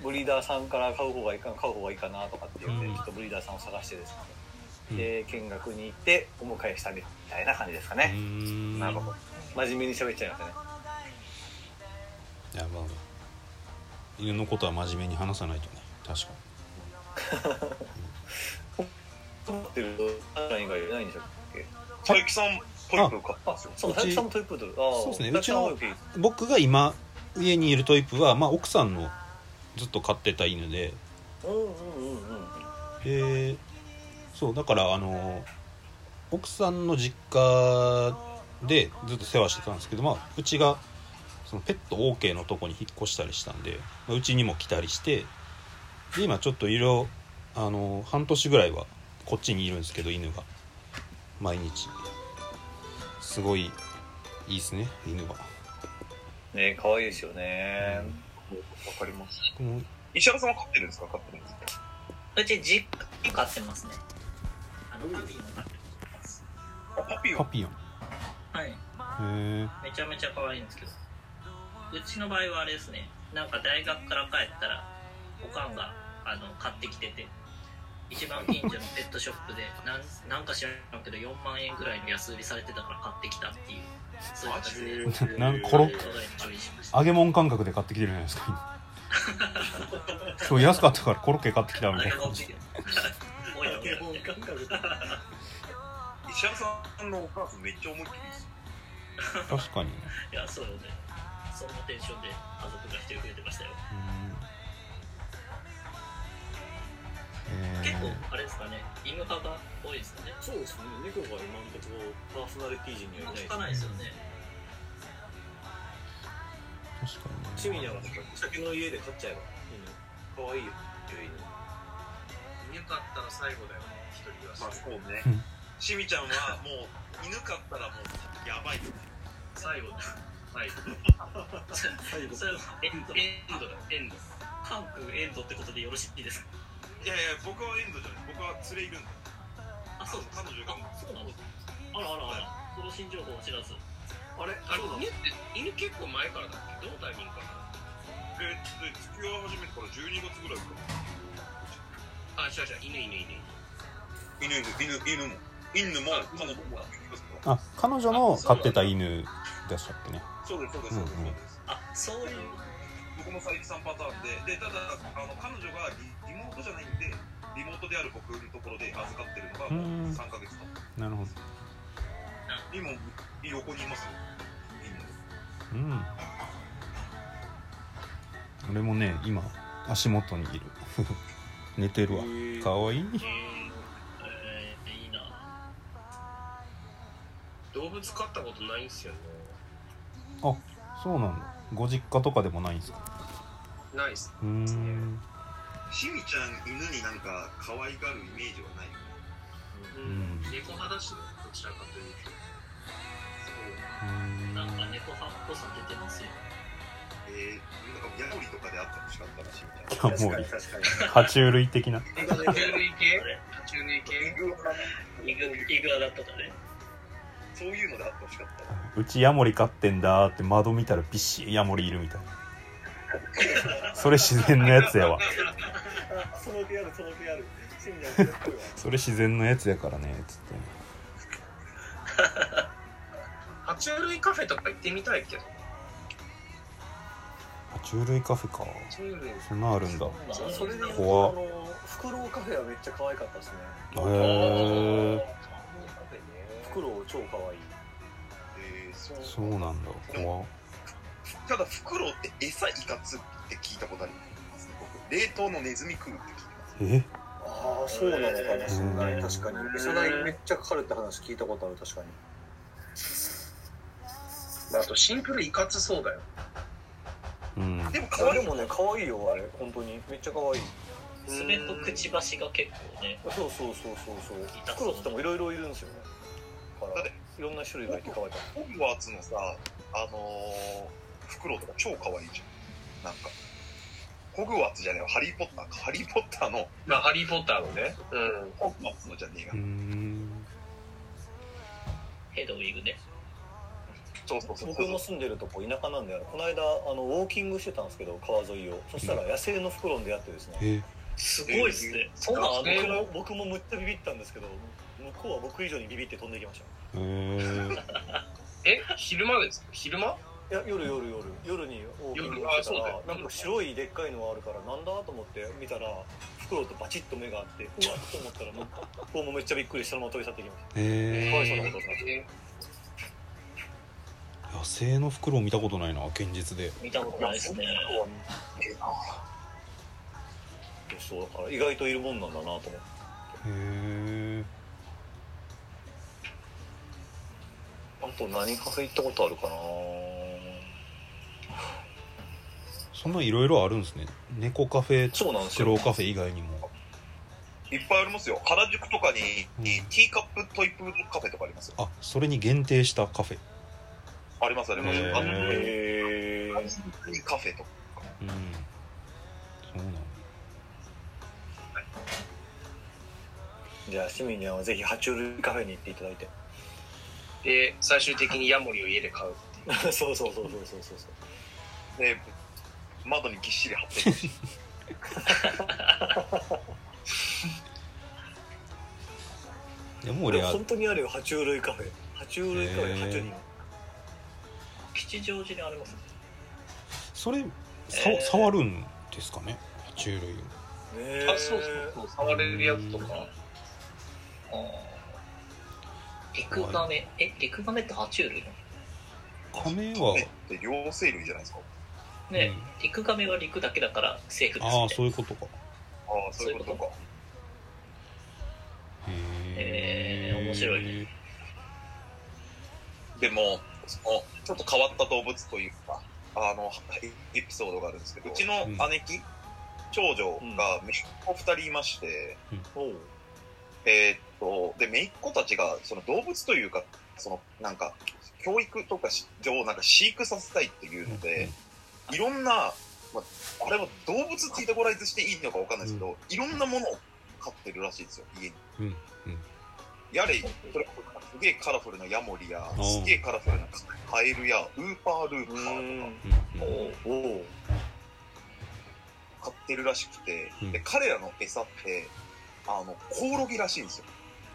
[SPEAKER 2] ブリーダーさんから買う方がいいか買う方がいいかなとかっていうんで、
[SPEAKER 1] うん
[SPEAKER 2] ちょっとブリーダーさんを探してです
[SPEAKER 1] うん
[SPEAKER 2] ねで見学に行ってお迎えしたみたいな感じですか
[SPEAKER 1] う
[SPEAKER 2] ね、
[SPEAKER 1] ん
[SPEAKER 2] なるほど真面目に喋っちゃいましたね
[SPEAKER 1] いやまあ犬のことは真面目に話さないとね確か
[SPEAKER 2] 困ってると何以外いないんでしょうっけ
[SPEAKER 4] 佐伯さんトイプーか
[SPEAKER 2] あそう
[SPEAKER 1] うち
[SPEAKER 2] 佐々木さんもトイプードルああ
[SPEAKER 1] そうですね
[SPEAKER 2] 佐々木さんは
[SPEAKER 1] うちに僕が今家にいるトイプは、まあ、奥さんのずっと飼ってた犬で
[SPEAKER 2] うんうんうんうん
[SPEAKER 1] でそうだからあの奥さんの実家でずっと世話してたんですけど、まあ、うちがそのペット OK のとこに引っ越したりしたんで、まあうちにも来たりしてで今ちょっといろいろあの半年ぐらいはこっちにいるんですけど犬が毎日すごいいいですね犬は
[SPEAKER 2] ね可愛いですよね
[SPEAKER 4] わかります。
[SPEAKER 1] この
[SPEAKER 4] 石原さんは飼ってるんですか飼ってるんですか
[SPEAKER 3] うち実家に飼ってますねあのパピーも飼ってます
[SPEAKER 4] あパピー
[SPEAKER 1] パ
[SPEAKER 4] は
[SPEAKER 1] ピヨン
[SPEAKER 3] はい
[SPEAKER 1] へえ
[SPEAKER 3] めちゃめちゃ可愛いんですけどうちの場合はあれですねなんか大学から帰ったらおかんがあの買ってきてて一番近所のペットショップでなんなんか知らんけど4万円ぐらいの安売りされてたから買ってきたっていうそういう
[SPEAKER 4] マ
[SPEAKER 3] 感じで
[SPEAKER 4] ジで
[SPEAKER 1] なんコロッ
[SPEAKER 3] ちょうどエンジョイしました
[SPEAKER 1] 揚げ物感覚で買ってきてるじゃないですか今今日安かったからコロッケ買ってきたみたいな感じ
[SPEAKER 3] で多いの多いの
[SPEAKER 4] 石原さんのお母さんめっちゃ思いっきりです
[SPEAKER 1] 確かにね
[SPEAKER 3] いやそうよねそんなテンションで家族が一人増えてましたよ
[SPEAKER 1] うん
[SPEAKER 3] 結構
[SPEAKER 1] え
[SPEAKER 3] あれですかね犬派が多いですよね
[SPEAKER 2] そうですね猫が今のところパーソナリティ人にはいない
[SPEAKER 3] 聞かないですよね
[SPEAKER 1] ー確か
[SPEAKER 2] 趣
[SPEAKER 1] にね
[SPEAKER 2] 味には先の家で飼っちゃえば可愛いよ
[SPEAKER 5] 犬飼ったら最後だよね一人暮らし
[SPEAKER 4] まあそうね
[SPEAKER 1] うん
[SPEAKER 4] しみちゃんはもう犬飼ったらもうやばいよね
[SPEAKER 5] 最後だはい
[SPEAKER 2] 最後
[SPEAKER 3] それはえ
[SPEAKER 5] エンドエンドだよエンド
[SPEAKER 3] ハン君エンドってことでよろしいですか
[SPEAKER 4] いやいや僕はエンドじゃない僕は連れいるんだ
[SPEAKER 3] あそうです
[SPEAKER 4] 彼女が
[SPEAKER 3] あそうなのあらあらあらその新情報を知らず
[SPEAKER 4] あれ
[SPEAKER 5] あ
[SPEAKER 4] あ
[SPEAKER 5] れ
[SPEAKER 4] れ
[SPEAKER 5] 犬って犬結構前からだっけどのタイミングか
[SPEAKER 4] えーっと付き合い始めてから12月ぐらいから
[SPEAKER 5] なあ違う違う犬犬犬
[SPEAKER 4] 犬犬犬犬も犬も彼女も
[SPEAKER 1] あ彼女の飼ってた犬でしたっけね
[SPEAKER 4] そうですそうですそうです
[SPEAKER 1] うんうん
[SPEAKER 3] あそう
[SPEAKER 4] そうです
[SPEAKER 3] いう
[SPEAKER 4] 僕も佐伯さんパターンででただあの彼女がリリモートじゃないんでリモートである僕のところで預かってるのがもう3ヶ月と
[SPEAKER 1] なるほど
[SPEAKER 4] 今横にいますよ犬
[SPEAKER 1] うん俺もね今足元にいる寝てるわかわいい
[SPEAKER 3] えー、いいな
[SPEAKER 5] 動物飼ったことないんすよね
[SPEAKER 1] あそうなんだご実家とかでもないんですか
[SPEAKER 5] ないっす
[SPEAKER 1] うーん
[SPEAKER 4] しみちゃん犬になんか可愛がるイメージはないよね
[SPEAKER 5] うんん猫派だしねどちらかというと
[SPEAKER 1] うーん
[SPEAKER 3] なんか猫派っぽさ出てますよ
[SPEAKER 4] えー、なんかヤモリとかであってほしかったなしみちゃん
[SPEAKER 1] ヤモリ
[SPEAKER 4] 確かに
[SPEAKER 1] 爬虫類的な
[SPEAKER 5] 爬虫類系
[SPEAKER 3] あれ
[SPEAKER 5] 爬虫類系
[SPEAKER 4] 確かに
[SPEAKER 3] イグイグアだったかね
[SPEAKER 4] そういうのであってほしかったな
[SPEAKER 1] うちヤモリ飼ってんだーって窓見たらビシッヤモリいるみたい なそれ自然のやつやわ
[SPEAKER 2] その気あるその気ある趣味には絶対は
[SPEAKER 1] それ自然のやつやからねつって
[SPEAKER 5] 爬虫類カフェとか行ってみたいけど
[SPEAKER 1] 爬虫類カフェか
[SPEAKER 5] 爬虫類
[SPEAKER 1] そんなんあるんだへ
[SPEAKER 3] まあ
[SPEAKER 2] それで言う
[SPEAKER 1] 怖
[SPEAKER 2] と
[SPEAKER 1] っ
[SPEAKER 2] あのフクロウカフェはめっちゃ可愛かったですね
[SPEAKER 1] え
[SPEAKER 2] フクロウ超可愛い
[SPEAKER 4] えー、そう
[SPEAKER 1] そうなんだ怖
[SPEAKER 4] ただフクロウって餌いかつって聞いたことありますね僕冷凍のネズミ食うって聞い
[SPEAKER 1] え
[SPEAKER 4] てます
[SPEAKER 2] ああそうなのかもしれな
[SPEAKER 1] うん
[SPEAKER 2] い確かに餌代めっちゃかかるって話聞いたことある確かに
[SPEAKER 5] あとシンプルいかつそうだよ
[SPEAKER 1] うん
[SPEAKER 4] でも
[SPEAKER 2] あ
[SPEAKER 4] 可愛
[SPEAKER 2] で
[SPEAKER 4] い
[SPEAKER 2] もね可愛いよあれ本当にめっちゃ可愛い
[SPEAKER 3] 爪とくちばしが結構ね
[SPEAKER 2] そうそうそうそうそうフクロウっつってもいろいろいるんですよねだからいろんな種類がいて可愛い
[SPEAKER 4] ホグワーツのさあのー、フクロウとか超可愛いじゃんなんかホグワーツじゃねえわハリー・ポッターかハリー・ポッターの
[SPEAKER 5] まあハリー・ポッターのねうん
[SPEAKER 4] ホグワーツのじゃねえが
[SPEAKER 1] うーん
[SPEAKER 3] ヘドウィグね
[SPEAKER 4] そうそうそう
[SPEAKER 2] 僕の住んでるとこ田舎なんであのこの間あのウォーキングしてたんですけど川沿いをそしたら野生のフクロウに出会ってですね
[SPEAKER 1] え
[SPEAKER 3] すごいっすねそんなんあんの
[SPEAKER 5] え
[SPEAKER 2] 僕
[SPEAKER 5] ー
[SPEAKER 2] も僕もむっちゃビビったんですけど向こうは僕以上にビビって飛んでいきまし
[SPEAKER 1] えー、
[SPEAKER 5] え昼間ですか昼間
[SPEAKER 2] たいや夜夜夜夜にウォーキングして
[SPEAKER 5] 夜
[SPEAKER 2] た
[SPEAKER 5] あ
[SPEAKER 2] ら
[SPEAKER 5] そうだよ
[SPEAKER 2] なんか白いでっかいのがあるからなんだと思って見たらフクロウとバチッと目があってうわっと思ったらもう僕もめっちゃびっくりしたまま飛び去っていきました
[SPEAKER 1] え
[SPEAKER 2] かわいそうなこと
[SPEAKER 5] え
[SPEAKER 1] ー、野生のフクロウ見たことないな現実で
[SPEAKER 3] 見たことないですね
[SPEAKER 2] そうだから意外といるもんなんだなと思って
[SPEAKER 1] へえ
[SPEAKER 2] あと何カフェ行ったことあるかな
[SPEAKER 1] そんないろいろあるんですね猫カフェ
[SPEAKER 4] そうなんですよ
[SPEAKER 1] 黒カフェ以外にも
[SPEAKER 4] いっぱいありますよ原宿とかに、
[SPEAKER 1] うん
[SPEAKER 4] ティーカップトイプードルカフェとかありますよ
[SPEAKER 1] あそれに限定したカフェ
[SPEAKER 4] ありますあります
[SPEAKER 1] へー
[SPEAKER 4] あのテ
[SPEAKER 2] へー
[SPEAKER 4] ィーカフェとか
[SPEAKER 1] うんそうなんだ
[SPEAKER 2] じゃあ、市民にはぜひ、爬虫類カフェに行っていただいて。
[SPEAKER 5] で、最終的にヤモリを家で買う。
[SPEAKER 2] そうそうそうそうそうそう。
[SPEAKER 4] で窓にぎっしり貼ってるし
[SPEAKER 1] いやもう俺は
[SPEAKER 2] 本当にあるよ、爬虫類カフェ。爬虫類カフ
[SPEAKER 1] へ
[SPEAKER 2] ェ、
[SPEAKER 1] ー
[SPEAKER 2] 爬虫類。
[SPEAKER 3] 吉祥寺にあります
[SPEAKER 1] それさ触るんですかね爬虫類を
[SPEAKER 2] ね
[SPEAKER 5] あ、そうそうそう、触れるやつとか。
[SPEAKER 3] あーリクガメえリクガメって爬虫類なの
[SPEAKER 1] カメは
[SPEAKER 4] で両生類じゃないですか
[SPEAKER 3] ね、
[SPEAKER 1] うん
[SPEAKER 3] リクガメは陸だけだからセーフです
[SPEAKER 1] あ
[SPEAKER 3] っ
[SPEAKER 1] あ
[SPEAKER 3] て
[SPEAKER 1] そういうことか
[SPEAKER 4] ああそういうことか
[SPEAKER 1] へ
[SPEAKER 3] へー面白い
[SPEAKER 1] ね
[SPEAKER 4] でもそのちょっと変わった動物というかあのエピソードがあるんですけどうちの
[SPEAKER 1] うん
[SPEAKER 4] 姉貴、長女が姪っ子2人いまして、
[SPEAKER 2] おう。
[SPEAKER 4] えーっとで姪っ子たちがその動物というかそのなんか教育とかし上なんか飼育させたいっていうので、いろんな、まあ、あれは動物ってカテゴライズしていいのかわかんないですけど、いろんなものを飼ってるらしいですよ家に。
[SPEAKER 1] うんうん
[SPEAKER 4] やれそれこそすげえカラフルなヤモリや
[SPEAKER 1] おう
[SPEAKER 4] すげえカラフルなカエルやウーパールー
[SPEAKER 2] う
[SPEAKER 4] パーとか
[SPEAKER 2] ん。
[SPEAKER 1] うんうん
[SPEAKER 2] おう。
[SPEAKER 4] 飼ってるらしくて、
[SPEAKER 1] うん
[SPEAKER 4] で彼らの餌ってあのコオロギらしいんですよ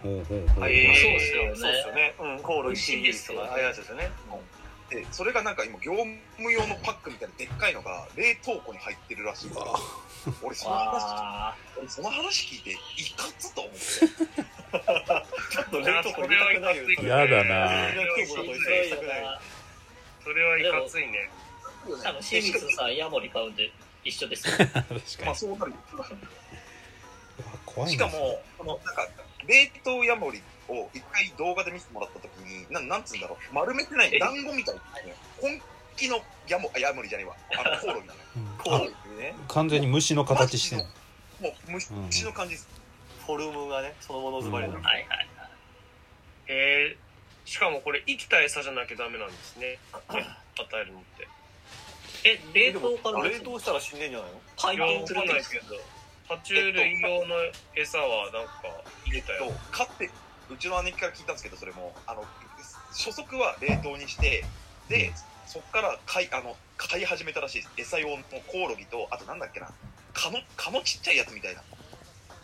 [SPEAKER 1] ほうほうほう
[SPEAKER 2] は
[SPEAKER 1] ほう
[SPEAKER 2] い
[SPEAKER 5] えー
[SPEAKER 3] そうですよね
[SPEAKER 2] そうですよね。うん、コオロギシリーズと
[SPEAKER 3] 美
[SPEAKER 2] か、
[SPEAKER 3] 味しいですよね
[SPEAKER 2] ああいうやつですよね。
[SPEAKER 4] でそれがなんか今業務用のパックみたいなでっかいのが冷凍庫に入ってるらしいんですよ
[SPEAKER 1] うわ
[SPEAKER 4] 俺その話
[SPEAKER 3] わ
[SPEAKER 4] 俺その話聞いていかつと思って
[SPEAKER 2] ちょっと冷凍庫入れたくないよ。
[SPEAKER 1] やだな
[SPEAKER 2] それは痛くない
[SPEAKER 5] それはいかついね。
[SPEAKER 3] 多分清水さんヤモリ買うんで一緒 ですよ
[SPEAKER 1] 確か
[SPEAKER 4] ま
[SPEAKER 1] に
[SPEAKER 4] あそうなるよ
[SPEAKER 1] うわ怖いな
[SPEAKER 4] しかも、あのなんか冷凍ヤモリを一回動画で見せてもらったときに、ななんつうんだろう、丸めてない
[SPEAKER 3] え
[SPEAKER 4] 団子みたいな、本気のヤモあヤモリじゃねえわ、 あのコオロギだね。
[SPEAKER 1] うん
[SPEAKER 2] コオロギね。
[SPEAKER 1] あ完全に虫の形してんの
[SPEAKER 4] もう虫
[SPEAKER 1] うん
[SPEAKER 4] 虫の感じです。
[SPEAKER 2] フォルムがね、そのものズバリな
[SPEAKER 1] う
[SPEAKER 2] の
[SPEAKER 1] ん。
[SPEAKER 3] はいはい
[SPEAKER 5] えー、しかもこれ生きた餌じゃなきゃダメなんですね。与えるのって。
[SPEAKER 3] え冷凍から
[SPEAKER 2] 冷凍したら死んでんじゃないの
[SPEAKER 3] 解
[SPEAKER 5] いや、わ
[SPEAKER 3] 凍
[SPEAKER 5] か
[SPEAKER 3] す
[SPEAKER 5] ん
[SPEAKER 3] る
[SPEAKER 5] なんい
[SPEAKER 3] で
[SPEAKER 5] ですすけど。爬虫類用の餌はなんか入れた
[SPEAKER 4] と
[SPEAKER 5] よ。
[SPEAKER 4] 飼って、うちの姉貴から聞いたんですけど、それも、あの初速は冷凍にして、で、そこから飼いあの飼い始めたらしいです。餌用のコオロギと、あとなんだっけな、蚊の蚊のちっちゃいやつみたいな。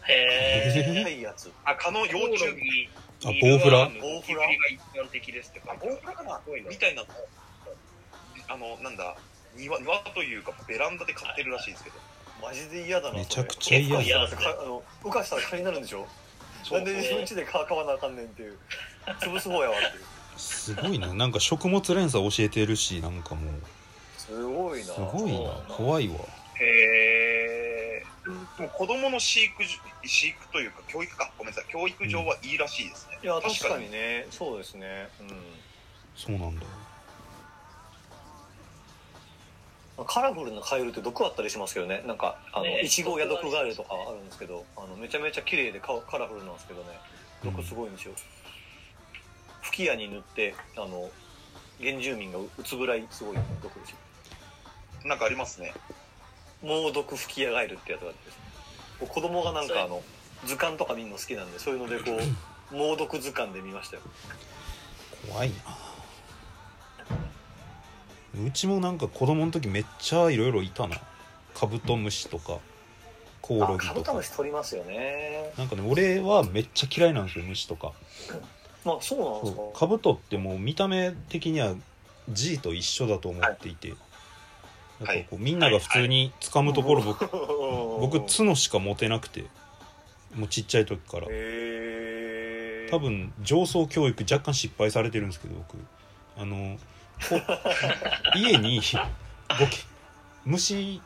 [SPEAKER 3] へえ
[SPEAKER 2] 痛いやつ。
[SPEAKER 4] あ蚊の幼
[SPEAKER 5] コオロ
[SPEAKER 4] 虫
[SPEAKER 5] ギ
[SPEAKER 1] あボウフラ
[SPEAKER 5] ボウフラが一般的ですって書いてある
[SPEAKER 4] あボウフラかな
[SPEAKER 5] すごいな
[SPEAKER 4] みたいなのをあのなんだ庭庭というかベランダで飼ってるらしいんですけど、
[SPEAKER 2] マジで嫌だな。
[SPEAKER 1] めちゃくちゃ嫌
[SPEAKER 2] それ
[SPEAKER 1] じゃん
[SPEAKER 3] 結構
[SPEAKER 2] かあの、浮かしたら蚊になるんでしょなんで自分家で蚊飼わなあかんねんっていう。潰す方やわっていう。
[SPEAKER 1] すごいななんか食物連鎖教えてるしなんかもう
[SPEAKER 2] すごいな。
[SPEAKER 1] すごいな
[SPEAKER 3] そうだな
[SPEAKER 1] 怖いわ
[SPEAKER 4] へえでも子どもの飼育じ飼育というか教育かごめんなさい教育上はいいらしいですね、
[SPEAKER 2] いや、確かにね。そうですね。
[SPEAKER 1] そうなんだ
[SPEAKER 2] うん。カラフルなカエルって毒あったりしますけどね。なんか、あの、
[SPEAKER 3] ね
[SPEAKER 2] イチゴや毒ガエルとかあるんですけど、あの、めちゃめちゃ綺麗でカカラフルなんですけどね。毒すごいんですよ。吹き矢に塗って、あの、原住民がうつぐらいすごい毒ですよ。
[SPEAKER 4] なんかありますね
[SPEAKER 2] 猛毒吹き矢ガエルってやつがあってですねこう子供がなんかあの図鑑とか見るの好きなんでそういうのでこう猛毒図鑑で見ましたよ
[SPEAKER 1] 怖いなうちもなんか子供の時めっちゃいろいろいたなカブトムシとかコオ
[SPEAKER 2] あ
[SPEAKER 1] ロギ
[SPEAKER 2] カ
[SPEAKER 1] と
[SPEAKER 2] ブト
[SPEAKER 1] か
[SPEAKER 2] ムシ取りますよね
[SPEAKER 1] なんかね俺はめっちゃ嫌いなんですよ虫とか
[SPEAKER 2] まあそうなんですか
[SPEAKER 1] そうカブトってもう見た目的には G と一緒だと思っていて、
[SPEAKER 4] はい
[SPEAKER 1] なんかこうみんなが普通に掴むところ僕、 僕
[SPEAKER 2] つ
[SPEAKER 1] 角しか持てなくてもうちっちゃい時から
[SPEAKER 2] へえ
[SPEAKER 1] 多分上層教育若干失敗されてるんですけど僕あのこ家にゴキ虫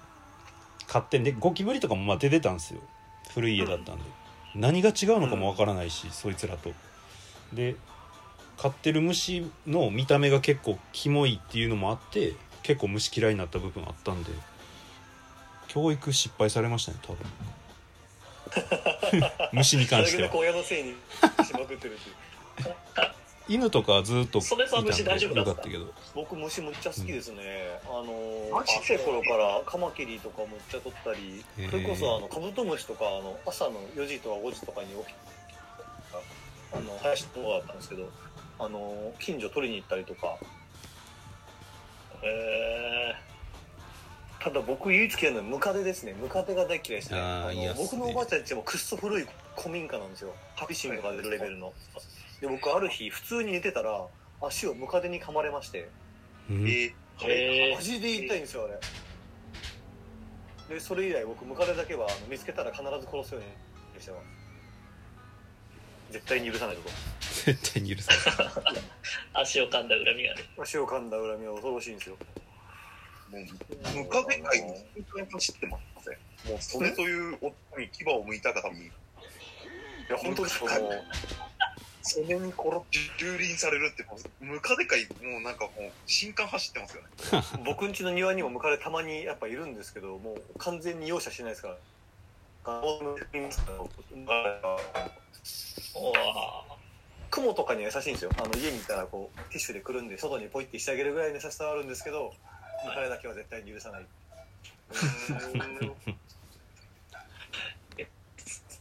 [SPEAKER 1] 買ってんでゴキブリとかもまあ出てたんですよ古い家だったんで、何が違うのかもわからないし、そいつらとで飼ってる虫の見た目が結構キモいっていうのもあって結構虫嫌いになった部分あったんで教育失敗されましたね多分虫に関しては
[SPEAKER 2] なるべく親のせいにしまくってるっていう
[SPEAKER 1] 犬とかはずっとい
[SPEAKER 3] それさ
[SPEAKER 1] たん
[SPEAKER 3] 虫大丈夫
[SPEAKER 1] で
[SPEAKER 3] だ
[SPEAKER 1] よ
[SPEAKER 3] っ
[SPEAKER 1] か
[SPEAKER 3] た
[SPEAKER 1] ったけど
[SPEAKER 2] 僕虫むっちゃ好きですね、あの
[SPEAKER 4] マジで
[SPEAKER 2] 小さい頃からカマキリとかむっちゃ取ったり
[SPEAKER 1] へー
[SPEAKER 2] それこそあのカブトムシとかあの朝の4時とか5時とかに起きてあの林とかだったんですけどあの近所取りに行ったりとかえーただ僕唯一嫌いなのはムカデですねムカデが大嫌いですね
[SPEAKER 1] あー
[SPEAKER 2] の
[SPEAKER 1] いやっすね
[SPEAKER 2] 僕のおばあちゃんちもくっそ古い古民家なんですよハピシンとか出るレベルので僕ある日普通に寝てたら足をムカデに噛まれまして
[SPEAKER 1] うん
[SPEAKER 4] えー、
[SPEAKER 5] え
[SPEAKER 2] マジで痛いんですよあれでそれ以来僕ムカデだけはあの見つけたら必ず殺すようにしてます絶対に許さないとこ
[SPEAKER 1] 絶対に許さない
[SPEAKER 3] 足を噛んだ恨みがある
[SPEAKER 2] 足を噛んだ恨みは恐ろしいんですよ
[SPEAKER 4] もうムカデ界に本当に走ってますね。もうそれという夫に牙を向いたがために、
[SPEAKER 2] いや本当ですよもう
[SPEAKER 4] それに転蹂躙されるって、もうムカデ界、もうなんかもう、新刊走ってますよね。
[SPEAKER 2] 僕ん家の庭にもムカデたまにやっぱいるんですけどもう完全に容赦しないですから
[SPEAKER 3] おお
[SPEAKER 2] 雲とかには優しいんですよあの家にいたらこうティッシュでくるんで外にポイってしてあげるぐらいの優しさはあるんですけどムカデだけは絶対に許さないう
[SPEAKER 4] ーん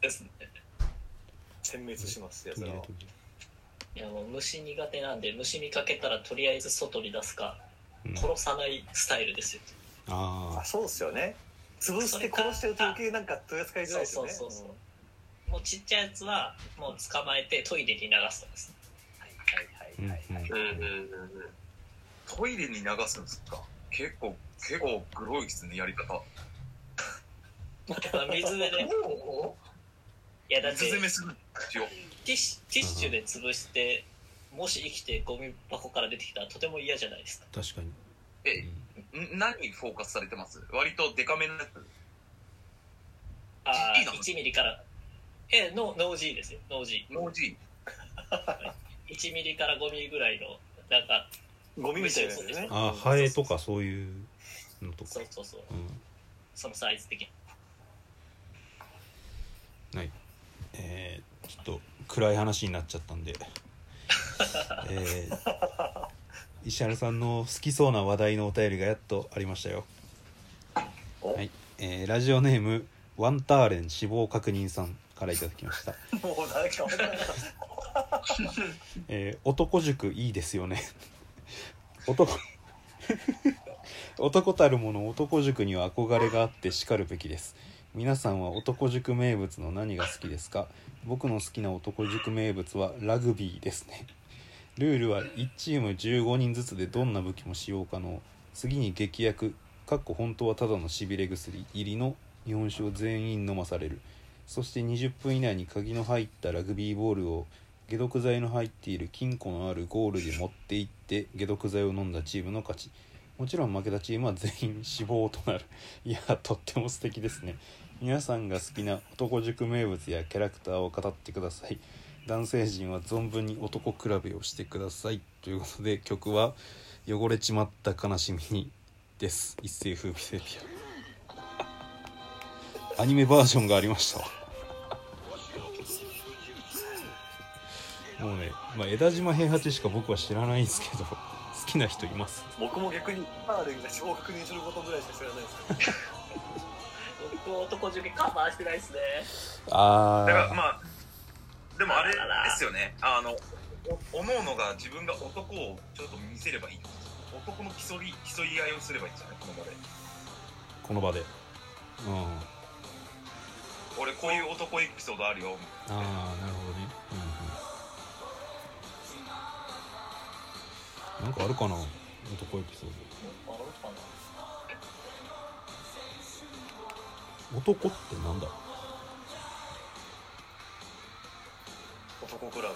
[SPEAKER 3] ですね
[SPEAKER 2] 殲滅しますやつ
[SPEAKER 1] 途切
[SPEAKER 2] ら
[SPEAKER 1] れ
[SPEAKER 2] は
[SPEAKER 1] 途切
[SPEAKER 3] いやもう虫苦手なんで虫見かけたらとりあえず外に出すか
[SPEAKER 1] れうん
[SPEAKER 3] 殺さないスタイルですよ
[SPEAKER 1] あ
[SPEAKER 2] あそうですよね潰して殺してると余計なんか取り扱いづらいですよね
[SPEAKER 3] そうそうそうそうもうちっちゃいやつはもう捕まえてトイレに流すとか です
[SPEAKER 1] あうんうん
[SPEAKER 4] うんうんうんうんトイレに流すんですか結構、結構グロいですね、やり方。
[SPEAKER 3] まあ水でねいやだって
[SPEAKER 4] 水攻めするんですよ。
[SPEAKER 3] ティッシュティッシュで潰してもし生きてゴミ箱から出てきたらとても嫌じゃないですか
[SPEAKER 1] 確かに
[SPEAKER 4] え
[SPEAKER 1] うん
[SPEAKER 4] ん何にフォーカスされてます割とデカめのやつ。
[SPEAKER 3] あ
[SPEAKER 4] い
[SPEAKER 3] あ
[SPEAKER 4] いの
[SPEAKER 3] 1ミリからええノノージーですよノージ
[SPEAKER 4] ノージ
[SPEAKER 3] ー1ミリから5ミリぐらいのなんか
[SPEAKER 2] ゴミみたいなやつで すね
[SPEAKER 1] ああハエとかそういうのとか
[SPEAKER 3] そうそうそう
[SPEAKER 1] うん
[SPEAKER 3] そのサイズ的な
[SPEAKER 1] えーちょっと暗い話になっちゃったんで、えー、石原さんの好きそうな話題のお便りがやっとありましたよ、
[SPEAKER 4] お
[SPEAKER 1] はいえーラジオネームワンターレン死亡確認さんからいただきました、
[SPEAKER 2] もうなんか
[SPEAKER 1] えー男塾いいですよね 男 男たるもの男塾には憧れがあってしかるべきです皆さんは男塾名物の何が好きですか僕の好きな男塾名物はラグビーですねルールは1チーム15人ずつでどんな武器も使用可能次に劇薬かっこ本当はただのしびれ薬入りの日本酒を全員飲まされるそして20分以内に鍵の入ったラグビーボールを解毒剤の入っている金庫のあるゴールに持って行って解毒剤を飲んだチームの勝ちもちろん負けたチームは全員死亡となる いやとっても素敵ですね皆さんが好きな男塾名物やキャラクターを語ってください男性陣は存分に男比べをしてくださいということで曲は「汚れちまった悲しみに」です一世風靡セピアアニメバージョンがありましたわもうね、まあ、枝島平八しか僕は知らないんですけど好 きな人います
[SPEAKER 2] 僕も逆にカーレンが死亡確認することぐらいしか知らないですけど
[SPEAKER 3] 僕男塾カバーしてないですね
[SPEAKER 1] あ
[SPEAKER 4] ー。だから
[SPEAKER 1] ー
[SPEAKER 4] まあ、でもあれですよね。あの、おおのおのが自分が男をちょっと見せればいいと思うんですよ。男の競い、競い合いをすればいいんじゃないこの場で。
[SPEAKER 1] この場でうん
[SPEAKER 4] 俺こういう男エピソードあるよ。
[SPEAKER 1] ああなるほどねうんうんなんかあるかな男エピソー
[SPEAKER 3] あるかな
[SPEAKER 1] ド男ってなんだ
[SPEAKER 2] 男比べ
[SPEAKER 1] 男っ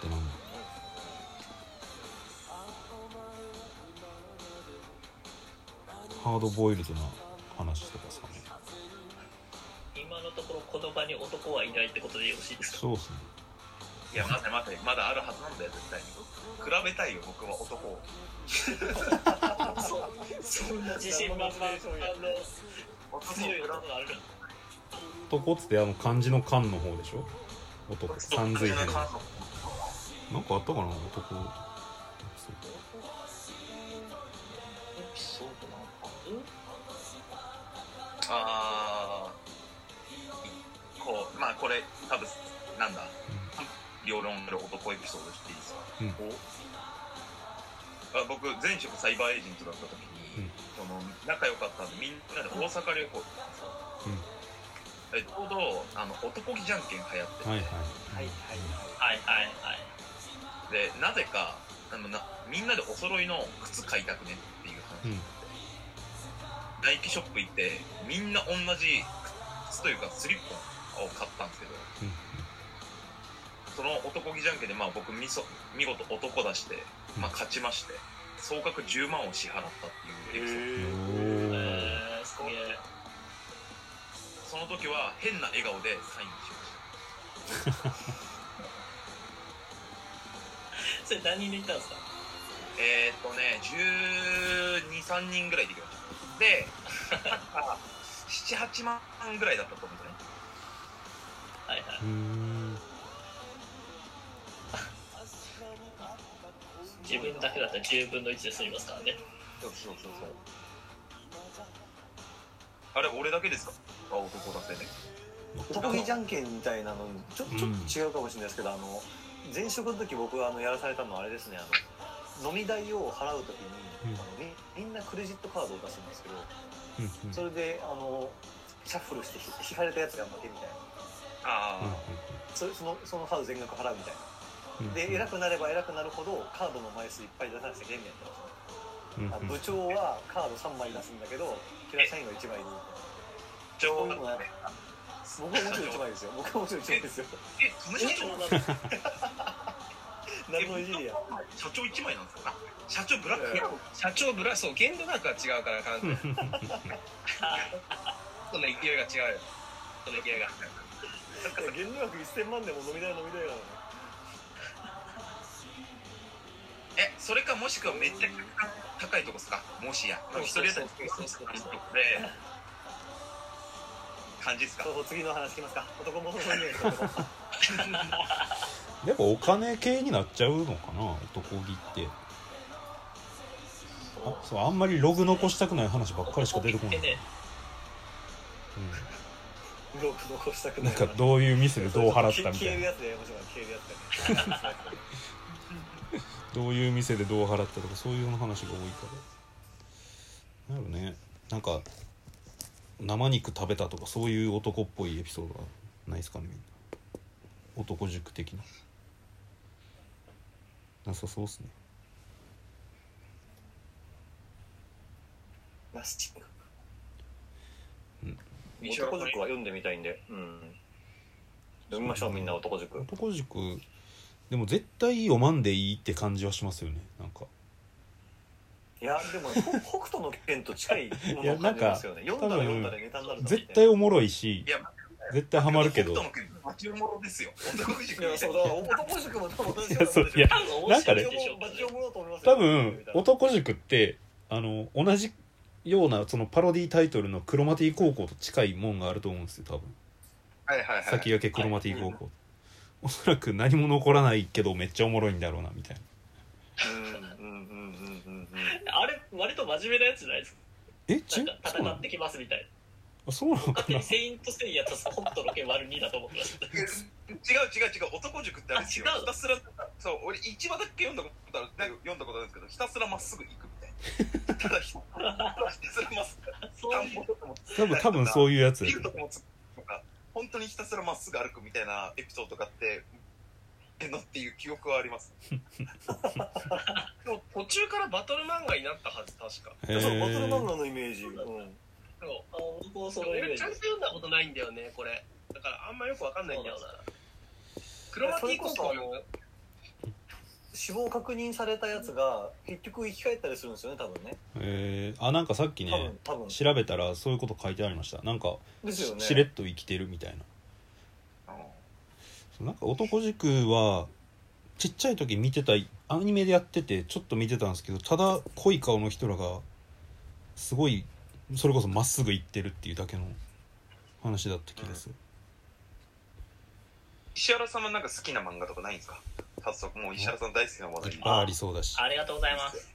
[SPEAKER 1] てなんだハードボイルドな話とかさ
[SPEAKER 3] 今のところこの場に男はいないってことでよろしいですか
[SPEAKER 1] そうっすね
[SPEAKER 4] いや、待て待て、まだあるはずなんだよ、絶対に。比べたいよ、僕は男を。
[SPEAKER 3] そうそんな自信満々あの
[SPEAKER 4] 男を比
[SPEAKER 3] 強い
[SPEAKER 4] べ
[SPEAKER 3] 男がある
[SPEAKER 1] 男っつってあの漢字の漢の方でしょ男三髄編
[SPEAKER 4] の感想
[SPEAKER 1] なんかあったかな男そう
[SPEAKER 4] エピソードなんかあーこうまあこれ多分なんだ両論ある男エピソードしていいですか、
[SPEAKER 1] うん
[SPEAKER 4] こうあ僕前職サイバーエージェントだった時に、
[SPEAKER 1] うん
[SPEAKER 4] その仲良かったんでみんなで大阪旅行行ったんですよ
[SPEAKER 1] うん、
[SPEAKER 4] でちょうどあの男気じゃんけん流行って
[SPEAKER 1] は
[SPEAKER 4] て、
[SPEAKER 1] いはい
[SPEAKER 3] は
[SPEAKER 2] はいはい
[SPEAKER 3] いはいはい
[SPEAKER 4] でなぜかあのなみんなでお揃いの靴買いたくねっていう話
[SPEAKER 1] うん
[SPEAKER 4] ナイキショップ行ってみんな同じ靴というかスリッポンを買ったんですけど
[SPEAKER 1] うん
[SPEAKER 4] その男気じゃんけんで、まあ、僕みそ見事男出して、まあ、勝ちまして総額10万を支払ったっていうエピ
[SPEAKER 1] おー
[SPEAKER 4] ソー
[SPEAKER 3] えー、すげえ
[SPEAKER 4] ドその時は変な笑顔でサインし
[SPEAKER 3] それ何人で行ったんですか
[SPEAKER 4] ましたえー、っとね123人ぐらいで行きましたで 78万ぐらいだったと思うんですよね
[SPEAKER 3] はいはいう
[SPEAKER 1] ーん
[SPEAKER 3] 自分だけだったら10分の1で済みますからね
[SPEAKER 4] そうそうそうそうあれ俺だけですかあ男出せね
[SPEAKER 2] 男気じゃんけんみたいなのちょちょっと違うかもしれないですけど、あの前職の時僕があのやらされたのはあれですねあの飲み代を払う時に、
[SPEAKER 1] うん
[SPEAKER 2] あのみみんなクレジットカードを出すんですけど
[SPEAKER 1] うんうん
[SPEAKER 2] それであのシャッフルしてひ引かれたやつが負けみたいな
[SPEAKER 4] ああ、
[SPEAKER 2] それそのそのカード全額払うみたいな
[SPEAKER 1] うんうん
[SPEAKER 2] で偉くなれば偉くなるほどカードの枚数いっぱい出さなくちゃゲームやってました
[SPEAKER 1] うんうん
[SPEAKER 2] あ部長はカード3枚出すんだけど平井社員が1枚でいい
[SPEAKER 4] ちょうどね
[SPEAKER 2] 僕はもちろん1枚ですよ僕はもちろん1枚ですよ
[SPEAKER 4] え、その社長なんですか
[SPEAKER 2] 何のいじりや
[SPEAKER 4] 社長一枚なんですか社長ブラック
[SPEAKER 2] い
[SPEAKER 4] や
[SPEAKER 2] や
[SPEAKER 4] ろ
[SPEAKER 5] 社長ブラスを限度額が違うから関
[SPEAKER 1] うんう
[SPEAKER 5] 係
[SPEAKER 1] んうん
[SPEAKER 5] その勢いが違うよその勢いが
[SPEAKER 2] 原料額1000万でも飲み代は飲み代なのに
[SPEAKER 4] え、それかもしくはめっちゃ高いとこですかもしや
[SPEAKER 5] そう
[SPEAKER 4] 一
[SPEAKER 5] そ
[SPEAKER 4] 人
[SPEAKER 5] う
[SPEAKER 4] 当た
[SPEAKER 5] そう
[SPEAKER 4] り
[SPEAKER 5] そうそう
[SPEAKER 4] で感じですか
[SPEAKER 2] そうそう次の話聞きますか男もそういうの
[SPEAKER 1] やっぱお金系になっちゃうのかな男気ってあそうあんまりログ残したくない話ばっかりしか出てこない、
[SPEAKER 3] 男気ってね
[SPEAKER 1] う
[SPEAKER 2] ロープ残したく
[SPEAKER 1] ん、
[SPEAKER 2] な
[SPEAKER 1] ないんかどういう店でどう払ったみた
[SPEAKER 2] 消え
[SPEAKER 1] い
[SPEAKER 2] る
[SPEAKER 1] な
[SPEAKER 2] やつでやりましょうか消えるやつで
[SPEAKER 1] どういう店でどう払ったとかそういう話が多いからなるねなんか生肉食べたとかそういう男っぽいエピソードはないですかねみんな男塾的ななさそうっすね
[SPEAKER 2] ナスチック
[SPEAKER 1] うん
[SPEAKER 2] 男塾は読んでみたいんで、うん、読みましょうみんな男塾
[SPEAKER 1] 男塾でも絶対読まんでいいって感じはしますよねなんか
[SPEAKER 2] いやでもほ 北斗の拳と近いものを感じますよね
[SPEAKER 1] やなん
[SPEAKER 2] 読
[SPEAKER 1] か
[SPEAKER 2] んだら読んだでネタになるだろうみたいな
[SPEAKER 1] 絶対おもろいし
[SPEAKER 4] いや
[SPEAKER 1] 絶対ハマるけど
[SPEAKER 4] 北斗の拳マチュモロですよ男塾
[SPEAKER 2] いや
[SPEAKER 4] みた
[SPEAKER 2] そ
[SPEAKER 4] い
[SPEAKER 2] だ
[SPEAKER 4] うな
[SPEAKER 2] から男塾も多分同じよう
[SPEAKER 1] いやそういや
[SPEAKER 3] 多分
[SPEAKER 1] なんか
[SPEAKER 3] 面白
[SPEAKER 1] ね
[SPEAKER 3] いでしょ
[SPEAKER 2] バチをもろうと思いますよ
[SPEAKER 1] 多分男塾ってあの同じようなそのパロディタイトルのクロマティ高校と近いもんがあると思うんですよ多分
[SPEAKER 4] はいはいはい
[SPEAKER 1] 先駆けクロマティ高校、おそらく何も残らないけどめっちゃおもろいんだろうなみたいな
[SPEAKER 2] うんうんうんうんうん
[SPEAKER 3] あれ割と真面目なやつじゃないですか
[SPEAKER 1] えち
[SPEAKER 3] なんか
[SPEAKER 1] そう
[SPEAKER 3] 戦
[SPEAKER 1] なの
[SPEAKER 3] ってきますみたいな
[SPEAKER 1] あそうなのか
[SPEAKER 3] 勝手
[SPEAKER 1] な
[SPEAKER 3] にセイントセイヤと北斗の拳割る2だと思ってました
[SPEAKER 4] 違う違う違う男塾ってあれですよ
[SPEAKER 3] あ違う
[SPEAKER 4] ひたすらそう俺一話だけ読んだことあるなんか読んだことあるんですけどひたすらまっすぐ行くみたい なただひたすらまっすぐ
[SPEAKER 3] そう
[SPEAKER 4] 田
[SPEAKER 3] い
[SPEAKER 4] んぼ
[SPEAKER 3] う
[SPEAKER 4] とかも
[SPEAKER 1] 多分多分そういうやつ
[SPEAKER 4] ビルとかもつとか本当にひたすらまっすぐ歩くみたいなエピソードがあってえのっていう記憶はあります
[SPEAKER 5] でも途中からバトル漫画になったはず確か
[SPEAKER 1] へ
[SPEAKER 2] そうバトル漫
[SPEAKER 1] ー
[SPEAKER 2] 画のイメージ、うん、
[SPEAKER 5] そう
[SPEAKER 3] あ僕もそのイメー
[SPEAKER 5] 俺
[SPEAKER 3] ジ
[SPEAKER 5] ちゃんと読んだことないんだよねこれだからあんまよくわかんないんだよなクロマティ高校の
[SPEAKER 2] 死亡確認されたやつが結局生き返ったりするんですよね多分ね
[SPEAKER 1] えーあなんかさっき
[SPEAKER 2] 多
[SPEAKER 1] ね
[SPEAKER 2] 分多分
[SPEAKER 1] 調べたらそういうこと書いてありましたなんか
[SPEAKER 2] ですよね
[SPEAKER 1] しれっと生きてるみたいなそうなんか男塾はちっちゃい時見てたアニメでやっててちょっと見てたんですけどただ濃い顔の人らがすごいそれこそまっすぐ行ってるっていうだけの話だった気がする、
[SPEAKER 4] 石原さんはなんか好きな漫画とかないんですか早速もう石原さん大好きな話
[SPEAKER 1] い
[SPEAKER 4] 題
[SPEAKER 1] っぱいありそうだし
[SPEAKER 3] ありがとうございます。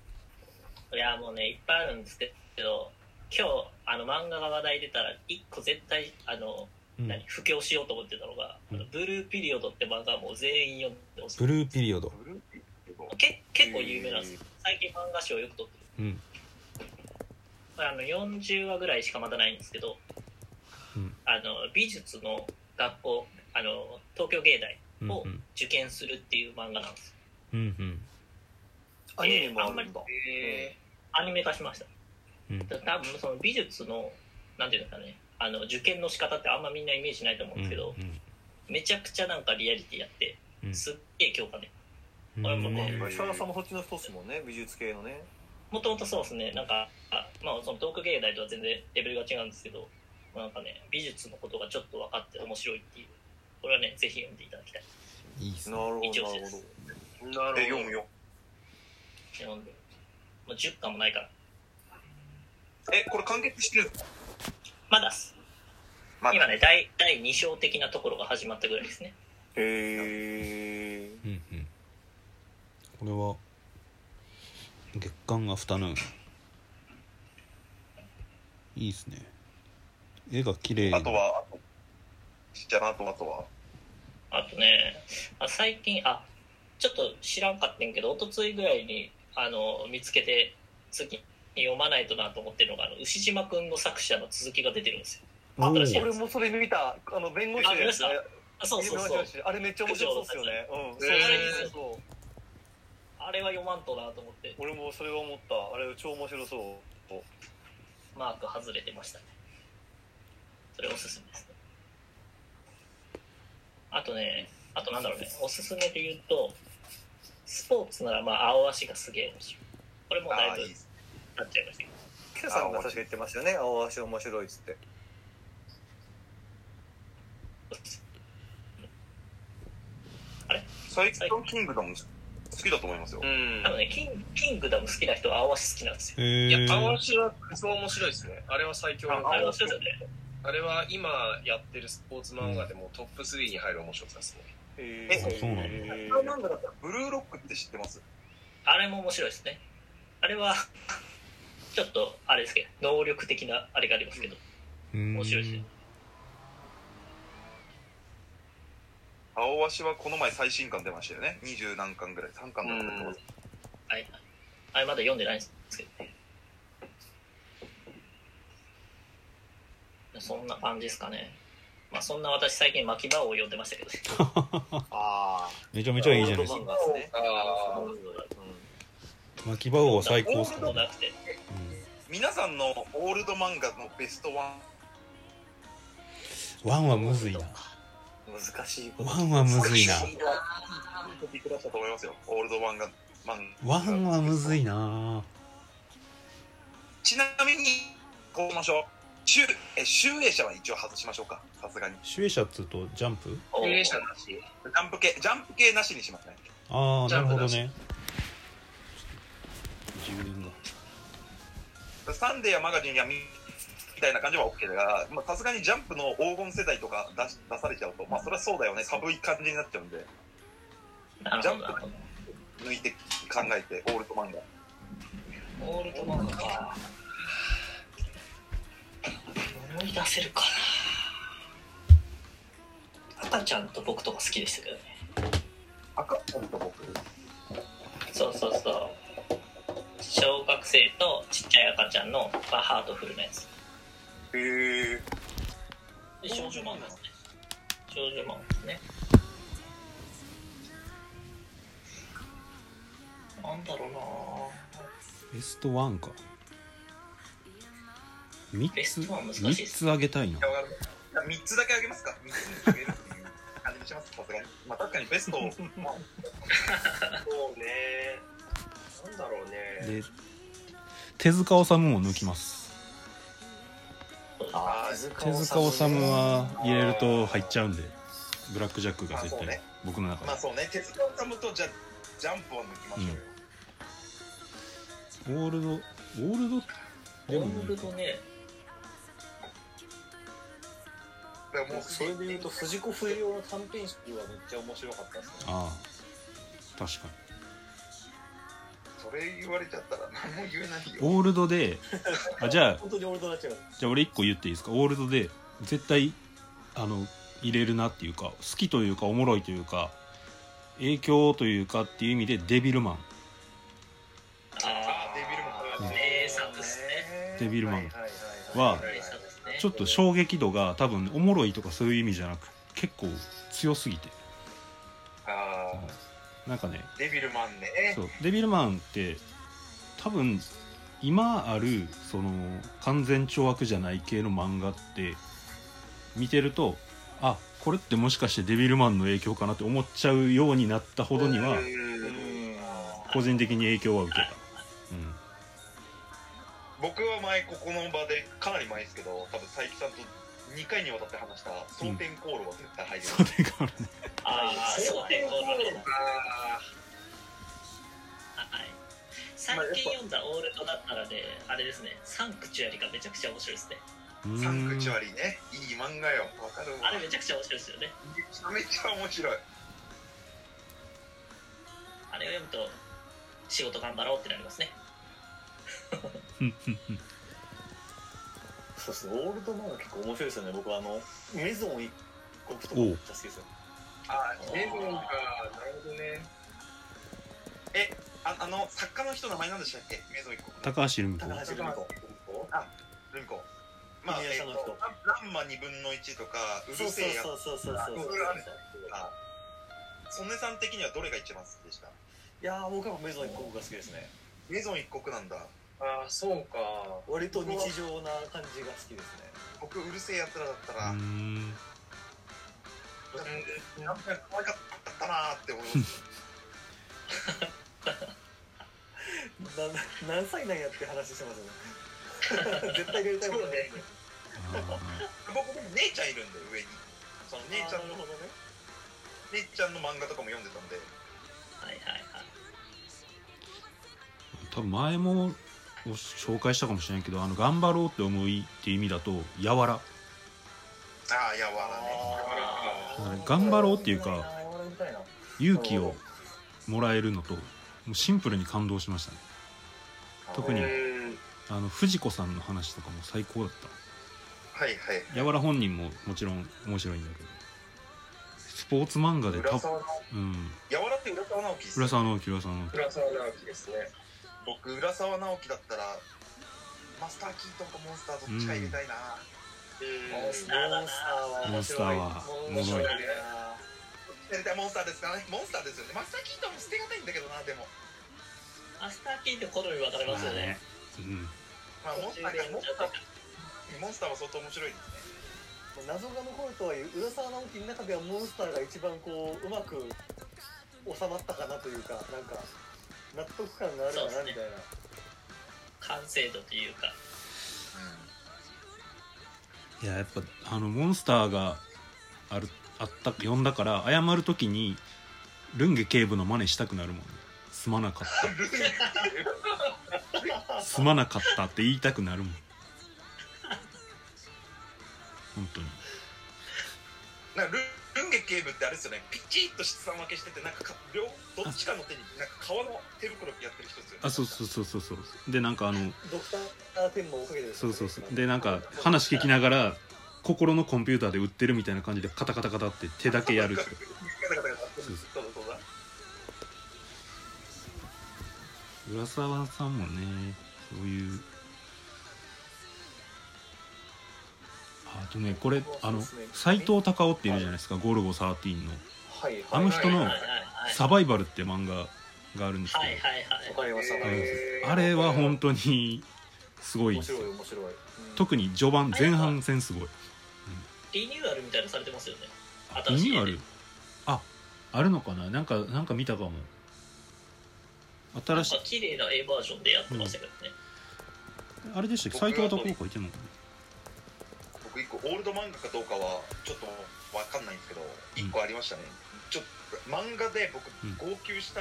[SPEAKER 3] いや、もうね、いっぱいあるんですけど、今日、あの、漫画が話題出たら、一個絶対、あの、
[SPEAKER 1] うん
[SPEAKER 3] 何、布教しようと思ってたのが、
[SPEAKER 1] うん
[SPEAKER 3] あのブルーピリオドって漫画はもう全員読んでほしい
[SPEAKER 1] ブ。ルーピリオド
[SPEAKER 4] ブルーピリオド
[SPEAKER 3] け結構有名なんですよ。最近漫画賞よく取って
[SPEAKER 1] う
[SPEAKER 3] る。
[SPEAKER 1] ん
[SPEAKER 3] これあの、40話ぐらいしかまだないんですけど、
[SPEAKER 1] うん
[SPEAKER 3] あの、美術の学校、あの、東京芸大
[SPEAKER 1] うん
[SPEAKER 3] を
[SPEAKER 1] うん
[SPEAKER 3] 受験するっていう漫画なんですよ。
[SPEAKER 1] うんうん
[SPEAKER 2] アニメもあるんだ。
[SPEAKER 5] え
[SPEAKER 3] アニメ化しました。
[SPEAKER 1] うん
[SPEAKER 3] だ多分その美術のなんていうんですかねあの受験の仕方ってあんまみんなイメージないと思うんですけど、
[SPEAKER 1] うん
[SPEAKER 3] めちゃくちゃなんかリアリティやって
[SPEAKER 1] うん
[SPEAKER 3] すっげえ強化で
[SPEAKER 1] うん
[SPEAKER 3] 俺もね
[SPEAKER 1] うん
[SPEAKER 2] 石原さんもそっちの人っすもんね、美術系のね。
[SPEAKER 3] もともとそうですねなんかあまあその東京芸大とは全然レベルが違うんですけどなんかね美術のことがちょっと分かって面白いっていうこれはねぜひ読んでいただきたい
[SPEAKER 1] いいっす
[SPEAKER 2] な
[SPEAKER 1] ね
[SPEAKER 2] るほど、な
[SPEAKER 3] 一
[SPEAKER 2] る
[SPEAKER 3] 応
[SPEAKER 2] ほ
[SPEAKER 3] で
[SPEAKER 2] ど
[SPEAKER 3] す。
[SPEAKER 5] ー、な
[SPEAKER 4] え
[SPEAKER 5] る
[SPEAKER 4] 読
[SPEAKER 5] ほど
[SPEAKER 4] む。よ
[SPEAKER 3] 読んでもう10巻もないから
[SPEAKER 4] えこれ完結してる
[SPEAKER 3] まだっす
[SPEAKER 4] まだ
[SPEAKER 3] 今ね第第2章的なところが始まったぐらいですね
[SPEAKER 2] へ
[SPEAKER 1] う
[SPEAKER 2] ー。
[SPEAKER 1] んうんこれは月刊アフタヌーンいいっすね絵が綺麗
[SPEAKER 4] あとはあとじゃああとあとは
[SPEAKER 3] あとね、あ最近、あ、ちょっと知らんかってんけど、一昨日ぐらいに、あの、見つけて、次に読まないとなと思ってるのが、あの、牛島くんの作者の続きが出てるんですよ。
[SPEAKER 2] あ、
[SPEAKER 1] おー
[SPEAKER 3] 新しいや
[SPEAKER 2] 俺もそれ見た。あの、弁護士
[SPEAKER 3] あ見ました
[SPEAKER 2] あ
[SPEAKER 3] あそうそうそう。
[SPEAKER 2] あれめっちゃ面白そうっすよね。うん。
[SPEAKER 3] そう
[SPEAKER 2] えーそう
[SPEAKER 3] あれは読まんとなと思って、
[SPEAKER 2] 俺もそれは思った。あれ超面白そう。
[SPEAKER 3] マーク外れてましたね。それおすすめですね。あとね、あとなんだろうね、おすすめで言うと、スポーツなら、まあ、青足がすげえ面白い。これもうだ
[SPEAKER 4] あ
[SPEAKER 3] い
[SPEAKER 4] ー
[SPEAKER 3] ぶ
[SPEAKER 4] いいっす
[SPEAKER 3] なっちゃいましたけど。
[SPEAKER 2] キャさんが確か言ってましたよね。青足面白いっつって。
[SPEAKER 4] 最近のキングダム好きだと思いますよ
[SPEAKER 5] う。ん
[SPEAKER 3] 多。分ね、キンキングダム好きな人は青足好きなんですよ。
[SPEAKER 1] へ
[SPEAKER 5] い
[SPEAKER 1] え
[SPEAKER 5] や、アワシはクソ面白いですね。あれは最強の
[SPEAKER 3] あ
[SPEAKER 5] あ
[SPEAKER 3] れ
[SPEAKER 5] れ
[SPEAKER 3] 面
[SPEAKER 5] は
[SPEAKER 3] 白いですよね。
[SPEAKER 5] あれは今やってるスポーツ漫画でもトップ3に入る面白さですね。
[SPEAKER 2] え
[SPEAKER 4] え
[SPEAKER 1] そうなの
[SPEAKER 2] え
[SPEAKER 4] あなんだろうブルーロックって知ってます
[SPEAKER 3] あれも面白いですね。あれは、ちょっと、あれですけど、能力的なあれがありますけど、
[SPEAKER 1] 面
[SPEAKER 3] 面白いですよ。
[SPEAKER 4] 青鷲はこの前最新刊出ましたよね。二十何巻ぐらい、3巻ぐらいだと思います
[SPEAKER 3] はいはい。あれまだ読んでないんですけど。そんな感じですかね。まあそんな私最近巻き場を読んでましたけどね。
[SPEAKER 2] あ
[SPEAKER 1] めちゃめちゃいいじゃないですか
[SPEAKER 2] オールド漫画っすね
[SPEAKER 5] あ
[SPEAKER 2] う ん
[SPEAKER 1] 巻き場王は最高っす
[SPEAKER 3] も
[SPEAKER 1] ね
[SPEAKER 3] うなくて。
[SPEAKER 4] 皆さんのオールド漫画のベストワ
[SPEAKER 1] うんワンはむずいな
[SPEAKER 2] 難しいこと。
[SPEAKER 1] ワンはむずいな
[SPEAKER 4] ンと見下したと思いますよ。オールド漫画。漫画
[SPEAKER 1] ワンはむずいな
[SPEAKER 4] ちなみに、こうしましょう。集え集英社は一応外しましょうか。さすがに。
[SPEAKER 1] 主演者っつうとジャンプ
[SPEAKER 5] あ。
[SPEAKER 3] お
[SPEAKER 5] 経
[SPEAKER 3] ー
[SPEAKER 5] 営者なし。
[SPEAKER 4] ジャンプ系、ジャンプ系なしにしますね。
[SPEAKER 1] ああ
[SPEAKER 5] ジ
[SPEAKER 1] な
[SPEAKER 5] ャ
[SPEAKER 1] る
[SPEAKER 5] ンプ
[SPEAKER 1] ほど
[SPEAKER 5] だし
[SPEAKER 1] ね充電が
[SPEAKER 4] サンデーやマガジンやみみたいな感じは OK だが、まあさすがにジャンプの黄金世代とか出し出されちゃうと、まあそれはそうだよね、寒い感じになっちゃうんで、
[SPEAKER 3] なるほどなるほ
[SPEAKER 4] 抜いて考えて、オールド漫画。
[SPEAKER 3] ど。オールドマンか。思い出せるかな。赤ちゃんと僕とか好きでしたけどね。
[SPEAKER 4] 赤本と僕。
[SPEAKER 3] そうそうそう小学生とちっちゃい赤ちゃんの、まあ、ハートフルなやつ
[SPEAKER 4] へえ。
[SPEAKER 3] で少女漫画ですね少女漫画ですねなんだろうな
[SPEAKER 1] ベストワンか3
[SPEAKER 3] ベ
[SPEAKER 1] つ
[SPEAKER 3] ストワン難しいっす
[SPEAKER 1] 3つあげたいな
[SPEAKER 4] 3つだけあげますか ?3 つにあげるっていう感じにします、さすがに。まあ確かにベ ストを、まあ
[SPEAKER 5] そうね。なんだろうね。
[SPEAKER 1] で手塚治虫を抜きます
[SPEAKER 3] あ
[SPEAKER 1] 手塚治虫は入れると入っちゃうんでブラックジャックが絶
[SPEAKER 4] あそう
[SPEAKER 1] 対
[SPEAKER 4] ね
[SPEAKER 1] 僕の中で
[SPEAKER 4] まあそうね鉄の噛むとじゃあジャンプを抜きましょうよ、
[SPEAKER 1] オールドオールドでも
[SPEAKER 3] ゴールドね
[SPEAKER 4] だからもう
[SPEAKER 2] それで言うと藤子不二雄の短編集はめっちゃ面白かったですね
[SPEAKER 1] ああ確か
[SPEAKER 4] それ言われちゃったら何も言えない
[SPEAKER 1] に
[SPEAKER 4] よ
[SPEAKER 1] オールドであじゃあ
[SPEAKER 2] 本当に俺となっちゃう
[SPEAKER 1] じゃあ俺一個言っていいですかオールドで絶対あの入れるなっていうか好きというかおもろいというか影響というかっていう意味でデビルマン
[SPEAKER 4] あーデビルマン
[SPEAKER 3] 名作っすね
[SPEAKER 1] デビルマン
[SPEAKER 4] は
[SPEAKER 1] は
[SPEAKER 3] 名作ですね
[SPEAKER 1] ちょっと衝撃度が多分おもろいとかそういう意味じゃなく結構強すぎて
[SPEAKER 4] あー
[SPEAKER 1] なんかね
[SPEAKER 4] デビルマンね
[SPEAKER 1] そうデビルマンって多分今あるその完全懲悪じゃない系の漫画って見てるとあこれってもしかしてデビルマンの影響かなって思っちゃうようになったほどには
[SPEAKER 4] うん
[SPEAKER 1] 個人的に影響は受けた、うん、
[SPEAKER 4] 僕は前ここの場でかなり前ですけど多分佐伯さんと2回にわたって話した「蒼天航路」は絶対入る、
[SPEAKER 1] それがあるね
[SPEAKER 3] ああそうねゴールドね
[SPEAKER 4] あ
[SPEAKER 3] はい最近読んだオールドだったらねあれですねサンクチュアリがめちゃくちゃ面白いですね
[SPEAKER 1] う
[SPEAKER 4] あ
[SPEAKER 1] ーん
[SPEAKER 4] サンクチュアリねいい漫画よわかる
[SPEAKER 3] あ
[SPEAKER 4] わ
[SPEAKER 3] れ
[SPEAKER 4] め
[SPEAKER 3] めちゃくちゃ面白いですよね
[SPEAKER 4] ちゃめちゃ面白い
[SPEAKER 3] あれを読むと仕事頑張ろうってなりますね
[SPEAKER 1] うんうんうん
[SPEAKER 2] そうですねオールドマンが結構面白いですよね僕はあのメゾン一国とかめっちゃ好きですよ
[SPEAKER 4] あ
[SPEAKER 3] ー
[SPEAKER 4] レゴンかなるほどねえああの作家の人名前なんでしたっけメゾン一国の
[SPEAKER 1] 高橋留美子
[SPEAKER 2] 高橋留美子
[SPEAKER 4] あルミ子まあ、
[SPEAKER 2] 国
[SPEAKER 4] え
[SPEAKER 2] 枝さんの
[SPEAKER 4] っ
[SPEAKER 2] 人
[SPEAKER 4] と、ランランマ2分の1とかう
[SPEAKER 2] そう
[SPEAKER 4] る
[SPEAKER 2] そう
[SPEAKER 4] せえやつ
[SPEAKER 2] そうそうそうそうそう
[SPEAKER 4] とか曽根さん的にはどれが一番好きでした
[SPEAKER 2] いやー僕はメゾン一国が好きですね
[SPEAKER 4] メゾン一国なんだ
[SPEAKER 5] ああ、そうか。
[SPEAKER 2] 割と日常な感じが好きですね
[SPEAKER 4] 僕うるせえやつらだった
[SPEAKER 1] うー
[SPEAKER 4] ら、
[SPEAKER 1] ん
[SPEAKER 4] なんか可愛かったな ーって思います
[SPEAKER 2] な何歳なんやって話してます ね絶対やりたいことないですね
[SPEAKER 1] あ
[SPEAKER 4] 僕僕姉ちゃんいるんで上にその姉ちゃんの
[SPEAKER 2] あーなるほどね
[SPEAKER 4] 姉ちゃんの漫画とかも読んでたんで
[SPEAKER 3] はいはいはい
[SPEAKER 1] ー多分前もお紹介したかもしれないけどあの頑張ろうって思いって意味だと柔ら
[SPEAKER 4] ああやわらね
[SPEAKER 2] あ
[SPEAKER 1] だから
[SPEAKER 2] ー
[SPEAKER 1] 頑張ろうっていうか
[SPEAKER 2] 俺みたいな
[SPEAKER 1] 勇気をもらえるのともうシンプルに感動しましたね特に
[SPEAKER 5] うん。
[SPEAKER 1] あの藤子さんの話とかも最高だっ
[SPEAKER 4] はいはい
[SPEAKER 1] た柔ら本人ももちろん面白いんだけどスポーツ漫画で
[SPEAKER 4] 浦
[SPEAKER 1] た
[SPEAKER 4] 沢直
[SPEAKER 1] うん
[SPEAKER 4] やわらって浦沢直樹です
[SPEAKER 1] 浦沢直樹浦沢直樹
[SPEAKER 5] 浦沢直樹ですね。
[SPEAKER 4] 僕浦沢直樹だったらマスターキートンかモンスターどっちか入れたいな、
[SPEAKER 5] うん
[SPEAKER 2] モンスターは
[SPEAKER 1] モンスターは
[SPEAKER 2] 面白い
[SPEAKER 5] 面白いね
[SPEAKER 4] 絶対モンスターですからねモンスターですよねマスターキートンも捨てがたいんだけどなでも、
[SPEAKER 3] マスターキーって好み分かれますよね。
[SPEAKER 1] うん
[SPEAKER 4] まあ、モン
[SPEAKER 3] 途
[SPEAKER 4] スタ
[SPEAKER 3] 中でや
[SPEAKER 4] ーがモ
[SPEAKER 3] め
[SPEAKER 4] ン
[SPEAKER 3] ちゃ
[SPEAKER 4] ス
[SPEAKER 3] っ
[SPEAKER 4] タ
[SPEAKER 3] た
[SPEAKER 4] ーモンスターは相当面白いですね
[SPEAKER 2] 謎が残るとはいえ浦沢直樹の中ではモンスターが一番こううまく収まったかなというかなんか納得感があるかなみた
[SPEAKER 3] 完
[SPEAKER 2] いな
[SPEAKER 3] 成度というか。
[SPEAKER 1] いややっぱあのモンスターがあるあった呼んだから謝る時にルンゲ警部の真似したくなるもんねすまなかっ
[SPEAKER 4] ルン
[SPEAKER 1] たすまなかったって言いたくなるもん本当に
[SPEAKER 4] なんかルルンゲ警部ってあれですよねピチッと質感分けしててなんかか両どっちかの手になんか革の手袋やってる人ですよね
[SPEAKER 1] あそう
[SPEAKER 4] う
[SPEAKER 1] そうそうそうそうでなんかあの
[SPEAKER 2] ドクター・テンもおかげで
[SPEAKER 1] そうそうそうでなんか話聞きながら心のコンピューターで売ってるみたいな感じでカタカタカタって手だけやる
[SPEAKER 4] ガタガタガタガタ
[SPEAKER 1] そう
[SPEAKER 4] そうだそうだ
[SPEAKER 1] 浦沢さんもねそういうあとねこれあの斎藤隆夫っているじゃないですか「ゴルゴ13」の
[SPEAKER 2] はいはい
[SPEAKER 1] あの人の
[SPEAKER 3] はいはいはい。
[SPEAKER 1] 「サバイバル」って漫画があるんです
[SPEAKER 3] はいはい
[SPEAKER 1] け
[SPEAKER 3] はい。
[SPEAKER 2] わかりました、
[SPEAKER 1] ど、
[SPEAKER 4] はい
[SPEAKER 1] あれは本当にすごい
[SPEAKER 2] 面
[SPEAKER 1] です
[SPEAKER 2] 白い
[SPEAKER 1] よ
[SPEAKER 2] 面白い、
[SPEAKER 1] 特に序盤前半戦すごい
[SPEAKER 3] リニューアルみたいなのされてますよね。
[SPEAKER 1] リ
[SPEAKER 3] 新しい
[SPEAKER 1] ニューアルああるのかななんかなんか見たかも
[SPEAKER 3] な
[SPEAKER 1] 新
[SPEAKER 3] ん
[SPEAKER 1] し
[SPEAKER 3] か
[SPEAKER 1] い
[SPEAKER 3] 綺麗な A バージョンでやってましたけどね。
[SPEAKER 1] あれでしたっけ斎藤隆夫書いてんのかな
[SPEAKER 4] 僕僕一個オールド漫画かどうかはちょっとわかんないんですけど一個ありましたね、ちょっと漫画で僕
[SPEAKER 1] うん
[SPEAKER 4] 号泣した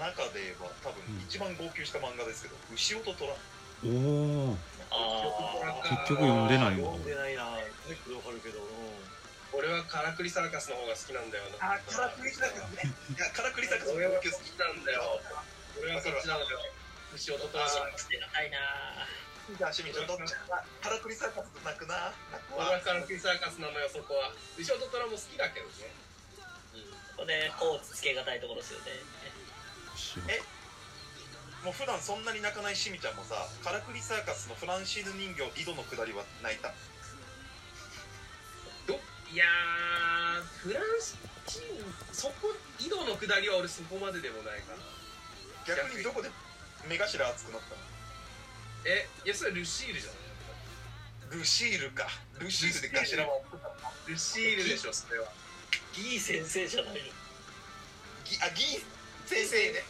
[SPEAKER 4] 中では多分
[SPEAKER 1] うん
[SPEAKER 4] 一番号泣した漫画ですけど「牛音虎」
[SPEAKER 1] おお
[SPEAKER 3] あ
[SPEAKER 1] 結局読んでないわ
[SPEAKER 2] 読んでないなよくわかるけど、う
[SPEAKER 5] 俺はカラクリサーカスの方が好きなんだよな
[SPEAKER 4] あからくりサーカスねいやからくりサーカスも
[SPEAKER 5] 俺は
[SPEAKER 4] 号
[SPEAKER 5] 好き
[SPEAKER 4] 泣好
[SPEAKER 5] なんだよ俺はそっちなのよ牛尾と
[SPEAKER 3] あしてないな
[SPEAKER 4] きだしみちゃんどっちかからくりサーカスと泣くな泣く
[SPEAKER 5] 俺
[SPEAKER 4] わ
[SPEAKER 5] はカラクリサーカスなのよそこは牛尾と虎も好きだけどね
[SPEAKER 3] これこうつけがたいところですよね
[SPEAKER 4] もう普段そんなに泣かないしみちゃんもさからくりサーカスのフランシーズ人形井戸の下りは泣いた
[SPEAKER 5] どいやーフランス人そこ井戸の下りは俺そこまででもないかな
[SPEAKER 4] 逆にどこで目頭熱くなったの
[SPEAKER 5] えいやそれルシールじゃない
[SPEAKER 4] ルシールかルシールで頭は
[SPEAKER 5] ルシールでしょそれは
[SPEAKER 3] ギー先生じゃないの
[SPEAKER 4] ギあギー先生ね
[SPEAKER 5] いや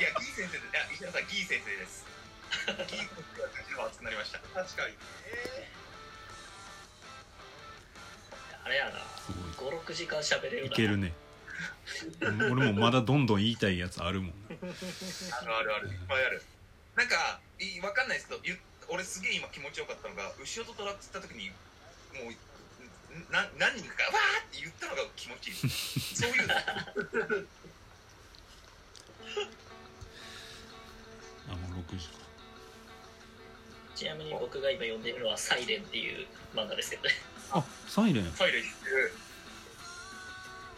[SPEAKER 4] いやギー先生でいや石田さんギー先生 ですギー先生は頭熱くなりました
[SPEAKER 5] ー確かに
[SPEAKER 3] あれやな
[SPEAKER 1] すごい
[SPEAKER 3] 56時間喋れるない
[SPEAKER 1] けるね俺もまだどんどん言いたいやつあるもん
[SPEAKER 4] あるあるあるいっぱいあるなんかいわかんないですけどゆ俺すげえ今気持ちよかったのが牛音とラっつった時にもうんな何人かわーって言ったのが気持ちいい そういうの
[SPEAKER 1] あもう6時か
[SPEAKER 3] ちなみに僕が今読んでるのは「サイレンっていう漫画ですけどね
[SPEAKER 1] あサイレン
[SPEAKER 4] トイレ行ってる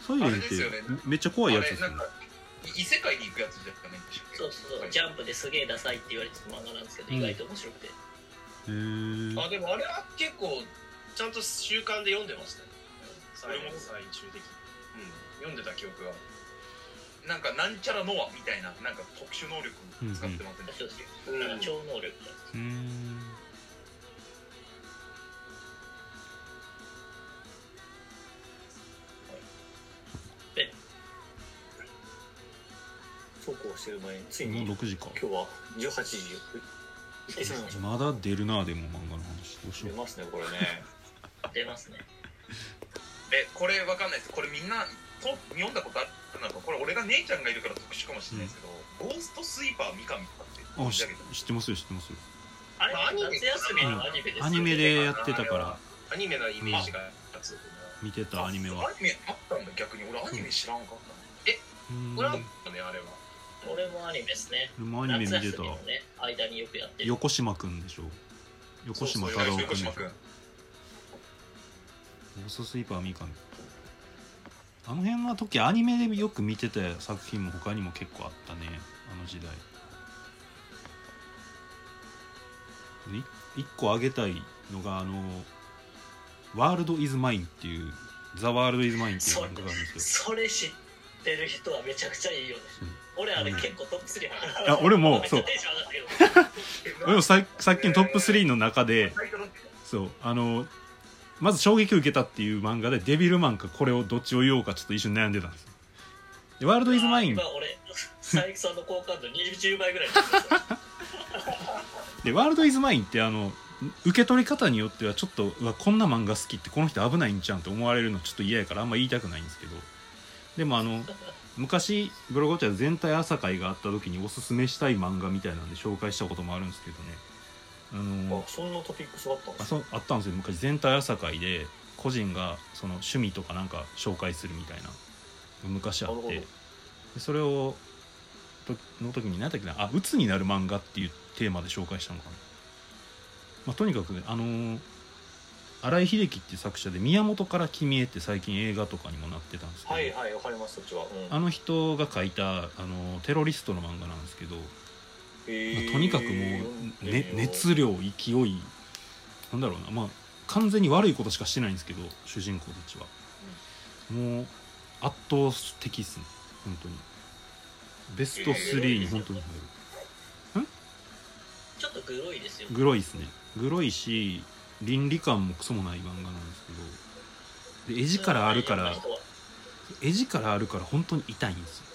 [SPEAKER 1] サイレンっ
[SPEAKER 4] あれですよね
[SPEAKER 1] てめっちゃ怖いやつです
[SPEAKER 4] あ
[SPEAKER 1] よ
[SPEAKER 4] れ
[SPEAKER 1] ね
[SPEAKER 4] なんかい異世界に行くやつじゃないんでしょ
[SPEAKER 3] そうそうそうジャンプですげえダサいって言われてた漫画なんですけど、
[SPEAKER 1] うん
[SPEAKER 3] 意外と面白くて
[SPEAKER 1] へー
[SPEAKER 5] あでもあれは結構ちゃんと習慣で読んでましたね最
[SPEAKER 4] 俺
[SPEAKER 5] 後
[SPEAKER 4] も
[SPEAKER 5] 最終的に、うん、読んでた記憶が
[SPEAKER 4] なんかなんちゃらノアみたいななんか特殊能力を使ってませんでした
[SPEAKER 3] そう
[SPEAKER 4] っ
[SPEAKER 3] です
[SPEAKER 4] け
[SPEAKER 3] ねだから超能力だ
[SPEAKER 1] うーん
[SPEAKER 2] そうこうしてる前につい
[SPEAKER 1] も
[SPEAKER 2] に
[SPEAKER 1] う6時か
[SPEAKER 2] 今日は18時え急ぎましょう
[SPEAKER 1] まだ出るなでも漫画の話どうし
[SPEAKER 2] 出
[SPEAKER 1] よ
[SPEAKER 2] ますねこれね
[SPEAKER 3] 出ますね
[SPEAKER 4] えこれわかんないですこれみんなと読んだことあるなのかこれ俺が姉ちゃんがいるから特殊かもしれないですけど、ゴーストスイーパー三上とかって
[SPEAKER 1] うあ
[SPEAKER 4] 申し
[SPEAKER 1] し
[SPEAKER 4] 上げてま
[SPEAKER 1] 知ってますよ知ってますよ
[SPEAKER 3] あれ
[SPEAKER 5] まあアニメ
[SPEAKER 3] 夏休みのアニメですよね
[SPEAKER 1] アニメでやってたから
[SPEAKER 5] アニメのイメージが強くな
[SPEAKER 1] 見て
[SPEAKER 4] す
[SPEAKER 1] たアニメは
[SPEAKER 4] アニメあったんだ逆に俺アニメ知らんか
[SPEAKER 1] う
[SPEAKER 4] った、
[SPEAKER 1] ーん
[SPEAKER 5] これは
[SPEAKER 1] 俺
[SPEAKER 5] ねあれは
[SPEAKER 3] これもアニメですね
[SPEAKER 1] もアニメ見て
[SPEAKER 3] 夏
[SPEAKER 1] た
[SPEAKER 3] 休みのね間によくやってる
[SPEAKER 1] 横島くんでしょ横島太郎くんで
[SPEAKER 4] 横
[SPEAKER 1] しょ
[SPEAKER 4] 島君
[SPEAKER 1] ゴーストスイーパー三上あの辺の時アニメでよく見てた作品も他にも結構あったねあの時代い一個あげたいのがあの「ワールド・イズ・マイン」っていう「ザ・ワールド・イズ・マイン」っていう漫画があるんです
[SPEAKER 3] それ知ってる人はめちゃくちゃいいよね
[SPEAKER 1] うん
[SPEAKER 3] 俺あれ結構トップ3入
[SPEAKER 1] よいや俺も
[SPEAKER 3] めっち
[SPEAKER 1] そ
[SPEAKER 3] ゃ
[SPEAKER 1] う
[SPEAKER 3] テンション上がってるよ
[SPEAKER 1] 俺もささっきのトップ3の中で
[SPEAKER 4] タイトル
[SPEAKER 1] そうあのまず衝撃を受けたっていう漫画でデビルマンかこれをどっちを言おうかちょっと一緒に悩んでたんですよでワールド・イズ・マイン
[SPEAKER 3] 今俺佐伯さんの好感度20倍ぐらい
[SPEAKER 1] で「ワールド・イズ・マイン」ってあの受け取り方によってはちょっとうわこんな漫画好きってこの人危ないんちゃうんって思われるのちょっと嫌やからあんま言いたくないんですけどでもあの昔「ブロゴチャ」全体朝会があった時におすすめしたい漫画みたいなんで紹介したこともあるんですけどねあの
[SPEAKER 2] あそんなトピックスがあったんで
[SPEAKER 1] あ
[SPEAKER 2] すか
[SPEAKER 1] そうあったんですよ昔全体朝会で個人がその趣味とかなんか紹介するみたいな昔あ
[SPEAKER 2] な
[SPEAKER 1] っ
[SPEAKER 2] るほど
[SPEAKER 1] てでそれをとの時に何だっけなあ鬱になる漫画っていうテーマで紹介したのかな、まあ、とにかくあのー荒井秀樹って作者で「宮本から君へ」って最近映画とかにもなってたんですけど、
[SPEAKER 2] はいはいわかりますそっちは、うん
[SPEAKER 1] あの人が書いた、あのーテロリストの漫画なんですけど、ま
[SPEAKER 2] え
[SPEAKER 1] あ
[SPEAKER 2] ー
[SPEAKER 1] とにかくもう、ね、熱量勢いなんだろうなまあ完全に悪いことしかしてないんですけど主人公たちは、もう圧倒的っすね本当にベスト3に本当に入る、
[SPEAKER 3] ちょっとグロいですよ
[SPEAKER 1] グロいですねグロいし倫理観もクソもない漫画なんですけどで絵力あるから絵力あるから本当に痛いんですよ